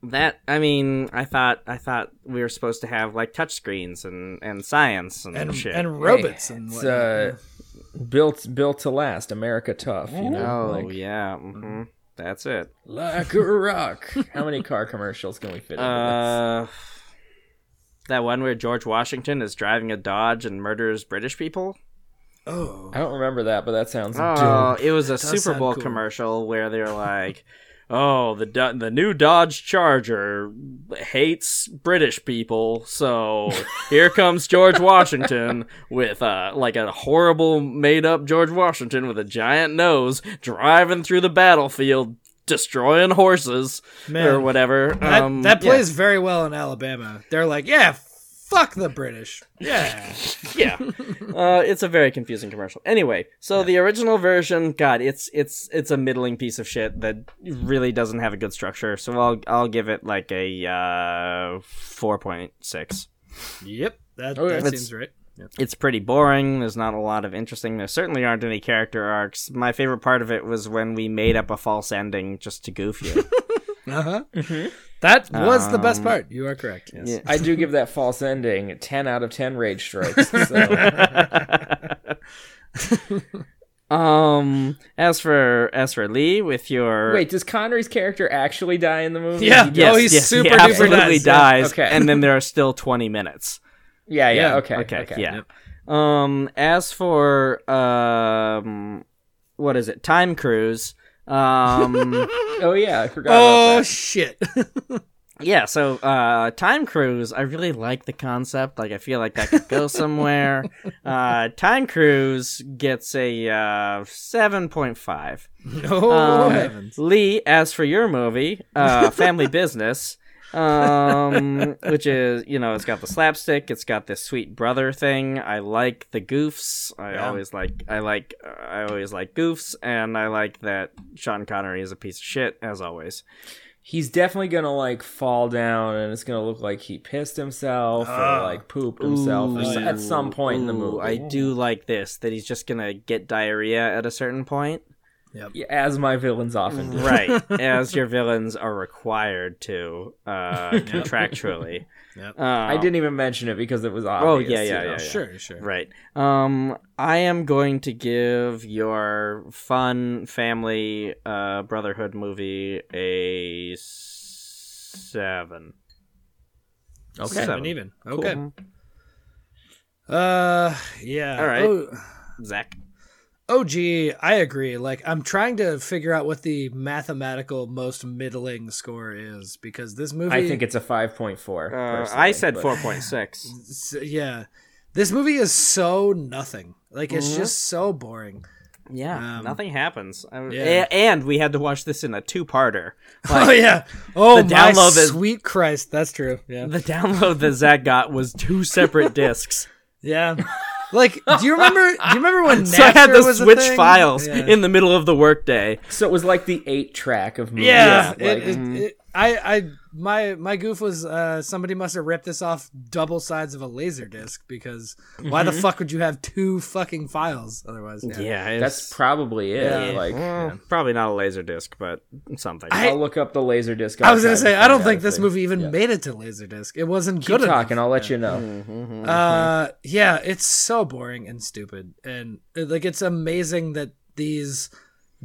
D: that i mean i thought i thought we were supposed to have like touch screens and and science and,
E: [LAUGHS] and
D: shit
E: and robots and
C: [LAUGHS] it's
E: whatnot.
C: uh, built built to last. America tough, you know.
D: oh
C: like,
D: yeah hmm that's it
C: like a rock. How many car commercials can we fit into this?
D: Uh, that one where George Washington is driving a Dodge and murders British people.
E: oh.
C: I don't remember that, but that sounds
D: Oh,
C: dope.
D: it was a Super
E: sound
D: Bowl
E: cool.
D: commercial where they're like, "Oh, the Do- the new Dodge Charger hates British people, so here comes George Washington with uh, like a horrible made up George Washington with a giant nose driving through the battlefield." Destroying horses or
E: Man.
D: whatever.
E: That,
D: um,
E: that
D: yeah.
E: plays very well in Alabama. They're like, yeah, fuck the British. Yeah.
D: yeah uh, it's a very confusing commercial anyway so the original version god it's it's it's a middling piece of shit that really doesn't have a good structure so i'll i'll give it like a uh 4.6
E: yep.
C: Okay.
E: That, that
D: Oh, That's-
E: seems right.
D: it's pretty boring there's not a lot of interesting there certainly aren't any character arcs my favorite part of it was when we made up a false ending just to goof you [LAUGHS]
E: Uh
C: Uh-huh.
E: huh.
D: Mm-hmm.
E: That was the best part. You are correct. Yes.
D: Um, yeah.
C: I do give that false ending 10 out of 10 rage
D: [LAUGHS]
C: strikes. So.
D: um as for as for lee with your
C: Wait, does Connery's character actually die in the movie?
E: Yeah.
C: He-
E: Yeah. Oh, he's super
D: he
E: duper
D: absolutely
E: nice, yeah.
D: dies,
C: Okay.
D: and then there are still twenty minutes.
C: yeah, yeah,
E: Yeah,
C: okay.
D: Okay, yeah. Um, as for um, what is it? Time cruise.
E: [LAUGHS]
D: Um,
C: Oh, yeah, I forgot
E: Oh
C: about that. [LAUGHS] Um,
E: shit.
D: yeah. So, uh, time cruise. I really like the concept. Like, I feel like that
E: [LAUGHS]
D: could go somewhere. uh, time cruise gets a uh, seven point five. [LAUGHS]
E: no
D: Um,
E: heavens.
D: Lee, as for your movie, uh, Family Business, um, which is, you know, it's got the slapstick, it's got this sweet brother thing. I like the goofs. I always like, I like, uh, I always like goofs, and I like that Sean Connery is a piece of shit, as always.
C: He's definitely going to, like, fall down, and it's going to look like he pissed himself or, like, pooped himself or so- at some point in the
D: Ah. Ooh,
C: movie.
D: I do like this, that he's just gonna get diarrhea at a certain point.
C: as my villains often do.
D: right [LAUGHS] as your villains are required to uh contractually
G: Yep.
D: Um,
C: I didn't even mention it because it was obvious.
D: oh yeah yeah,
C: you
D: yeah
C: know.
D: yeah.
G: Sure, sure.
D: right um i am going to give your fun family uh brotherhood movie a seven
G: Okay.
D: Seven.
G: Seven even. Okay.
E: Uh, yeah.
D: All right.
E: Oh,
D: Mm-hmm. zach
E: oh, gee, I agree. Like, I'm trying to figure out what the mathematical most middling score is because this movie.
C: I think it's a five point four.
D: uh, i said 4.6
E: it's yeah. This movie is so nothing. Like, it's
D: Mm-hmm.
E: just so boring.
D: [LAUGHS]
E: [LAUGHS]
D: yeah
E: Um,
D: nothing happens I-
E: yeah.
D: a- and we had to watch this in a two-parter
E: [LAUGHS] oh yeah. Oh
D: the
E: my
D: download is-
E: sweet Christ, that's true. Yeah.
D: the download that zach got was two
E: [LAUGHS]
D: separate discs [LAUGHS]
E: Yeah. Like, do you remember? Do you remember when
D: so I had
E: Napster
D: to
E: was a
D: switch
E: thing?
D: files
E: Yeah.
D: in the middle of the workday.
C: So it was like the eight track of movies.
E: Yeah,
C: like,
E: it,
D: mm.
E: it, it, I, I, my, my goof was uh, somebody must have ripped this off double sides of a laser disc because why the fuck would you have two fucking files otherwise?
D: Mm-hmm. Yeah, Mm.
C: that's probably it.
E: Yeah.
C: Like
D: probably not a laser disc, but something.
E: I-
C: I'll look up the laser disc.
E: I was gonna
C: archive
E: say
C: and
E: I don't
C: find out
E: think
C: if
E: this
C: they-
E: movie even made it to laserdisc. It wasn't
C: Keep
E: good
C: talking.
E: enough.
C: I'll let you know.
D: Mm,
E: Uh, yeah, it's so boring and stupid, and uh, like it's amazing that these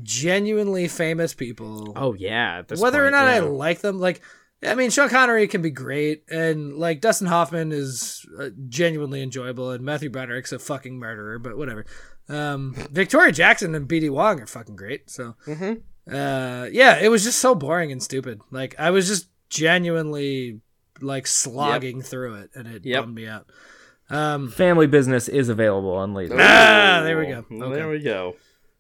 E: genuinely famous people
D: oh yeah, at this
E: whether or
D: point,
E: not I
D: yeah.
E: like them, like I mean, Sean Connery can be great, and like Dustin Hoffman is uh, genuinely enjoyable, and Matthew Broderick's a fucking murderer, but whatever.
D: [LAUGHS]
E: Um, Victoria Jackson and BD Wong are fucking great. So,
D: Mm-hmm.
E: uh, yeah, it was just so boring and stupid. Like I was just genuinely like slogging through it, and it
D: Yep.
E: bummed me out. Um,
C: Family business is available on laser.
E: ah, there we go.
D: Well,
E: Okay.
D: There we go.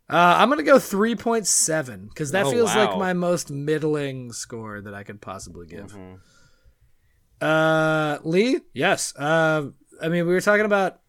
E: Uh, I'm gonna go 3.7 because that
D: Oh,
E: feels
D: wow.
E: like my most middling score that I could possibly give.
D: Mm-hmm.
E: Uh, Lee, yes. Uh, I mean, we were talking about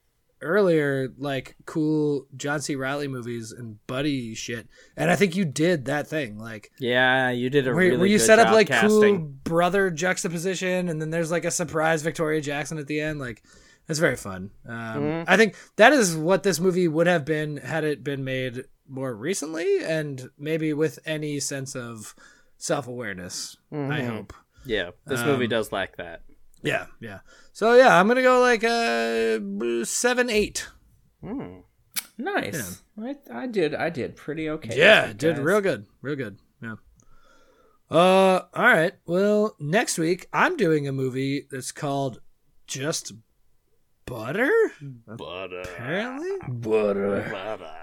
E: earlier, like cool John C. Riley movies and buddy shit, and I think you did that thing. Like,
D: Yeah, you did a
E: where,
D: really
E: where you
D: good
E: set up
D: job
E: like cool
D: casting.
E: brother juxtaposition, and then there's like a surprise Victoria Jackson at the end. Like, it's very fun. Um, I think that is what this movie would have been had it been made more recently, and maybe with any sense of self awareness. I hope.
D: Yeah, this
E: Um,
D: movie does lack that.
E: Yeah, yeah. So yeah, I'm gonna go like uh seven, eight.
C: Nice. I, I did. I did pretty okay.
E: Yeah,
C: I
E: it did
C: guess.
E: real good, real good. Yeah. Uh, all right. Well, next week I'm doing a movie that's called Just Butter.
D: Butter,
E: Apparently,
D: butter.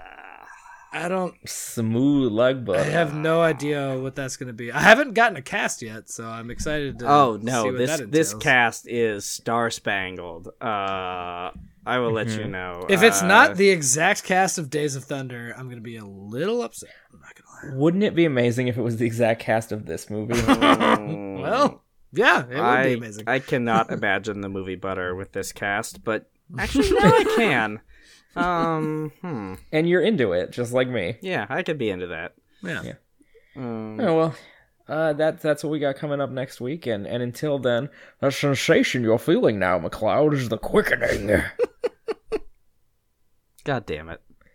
E: I don't.
C: Smooth like
E: I
C: butter.
E: have no idea what that's gonna be. I haven't gotten a cast yet, so I'm excited to.
D: Oh
E: see
D: no,
E: what
D: this
E: that
D: this
E: entails.
D: cast is star spangled. Uh, I will let you know
E: If it's
D: Uh, [LAUGHS]
E: not the exact cast of Days of Thunder, I'm gonna be a little upset. I'm not gonna
C: Wouldn't it be amazing if it was the exact cast of this movie?
E: [LAUGHS] lie. Well, yeah, it would
D: I,
E: be amazing.
D: I [LAUGHS] cannot imagine the movie Butter with this cast, [LAUGHS] but actually, no, I can. Um, hmm.
C: and you're into it, just like me.
D: Yeah, I could be into that. Um,
E: yeah.
C: Oh well, uh, that that's what we got coming up next week, and and until then, the sensation you're feeling now, McLeod, is the quickening.
D: God damn it.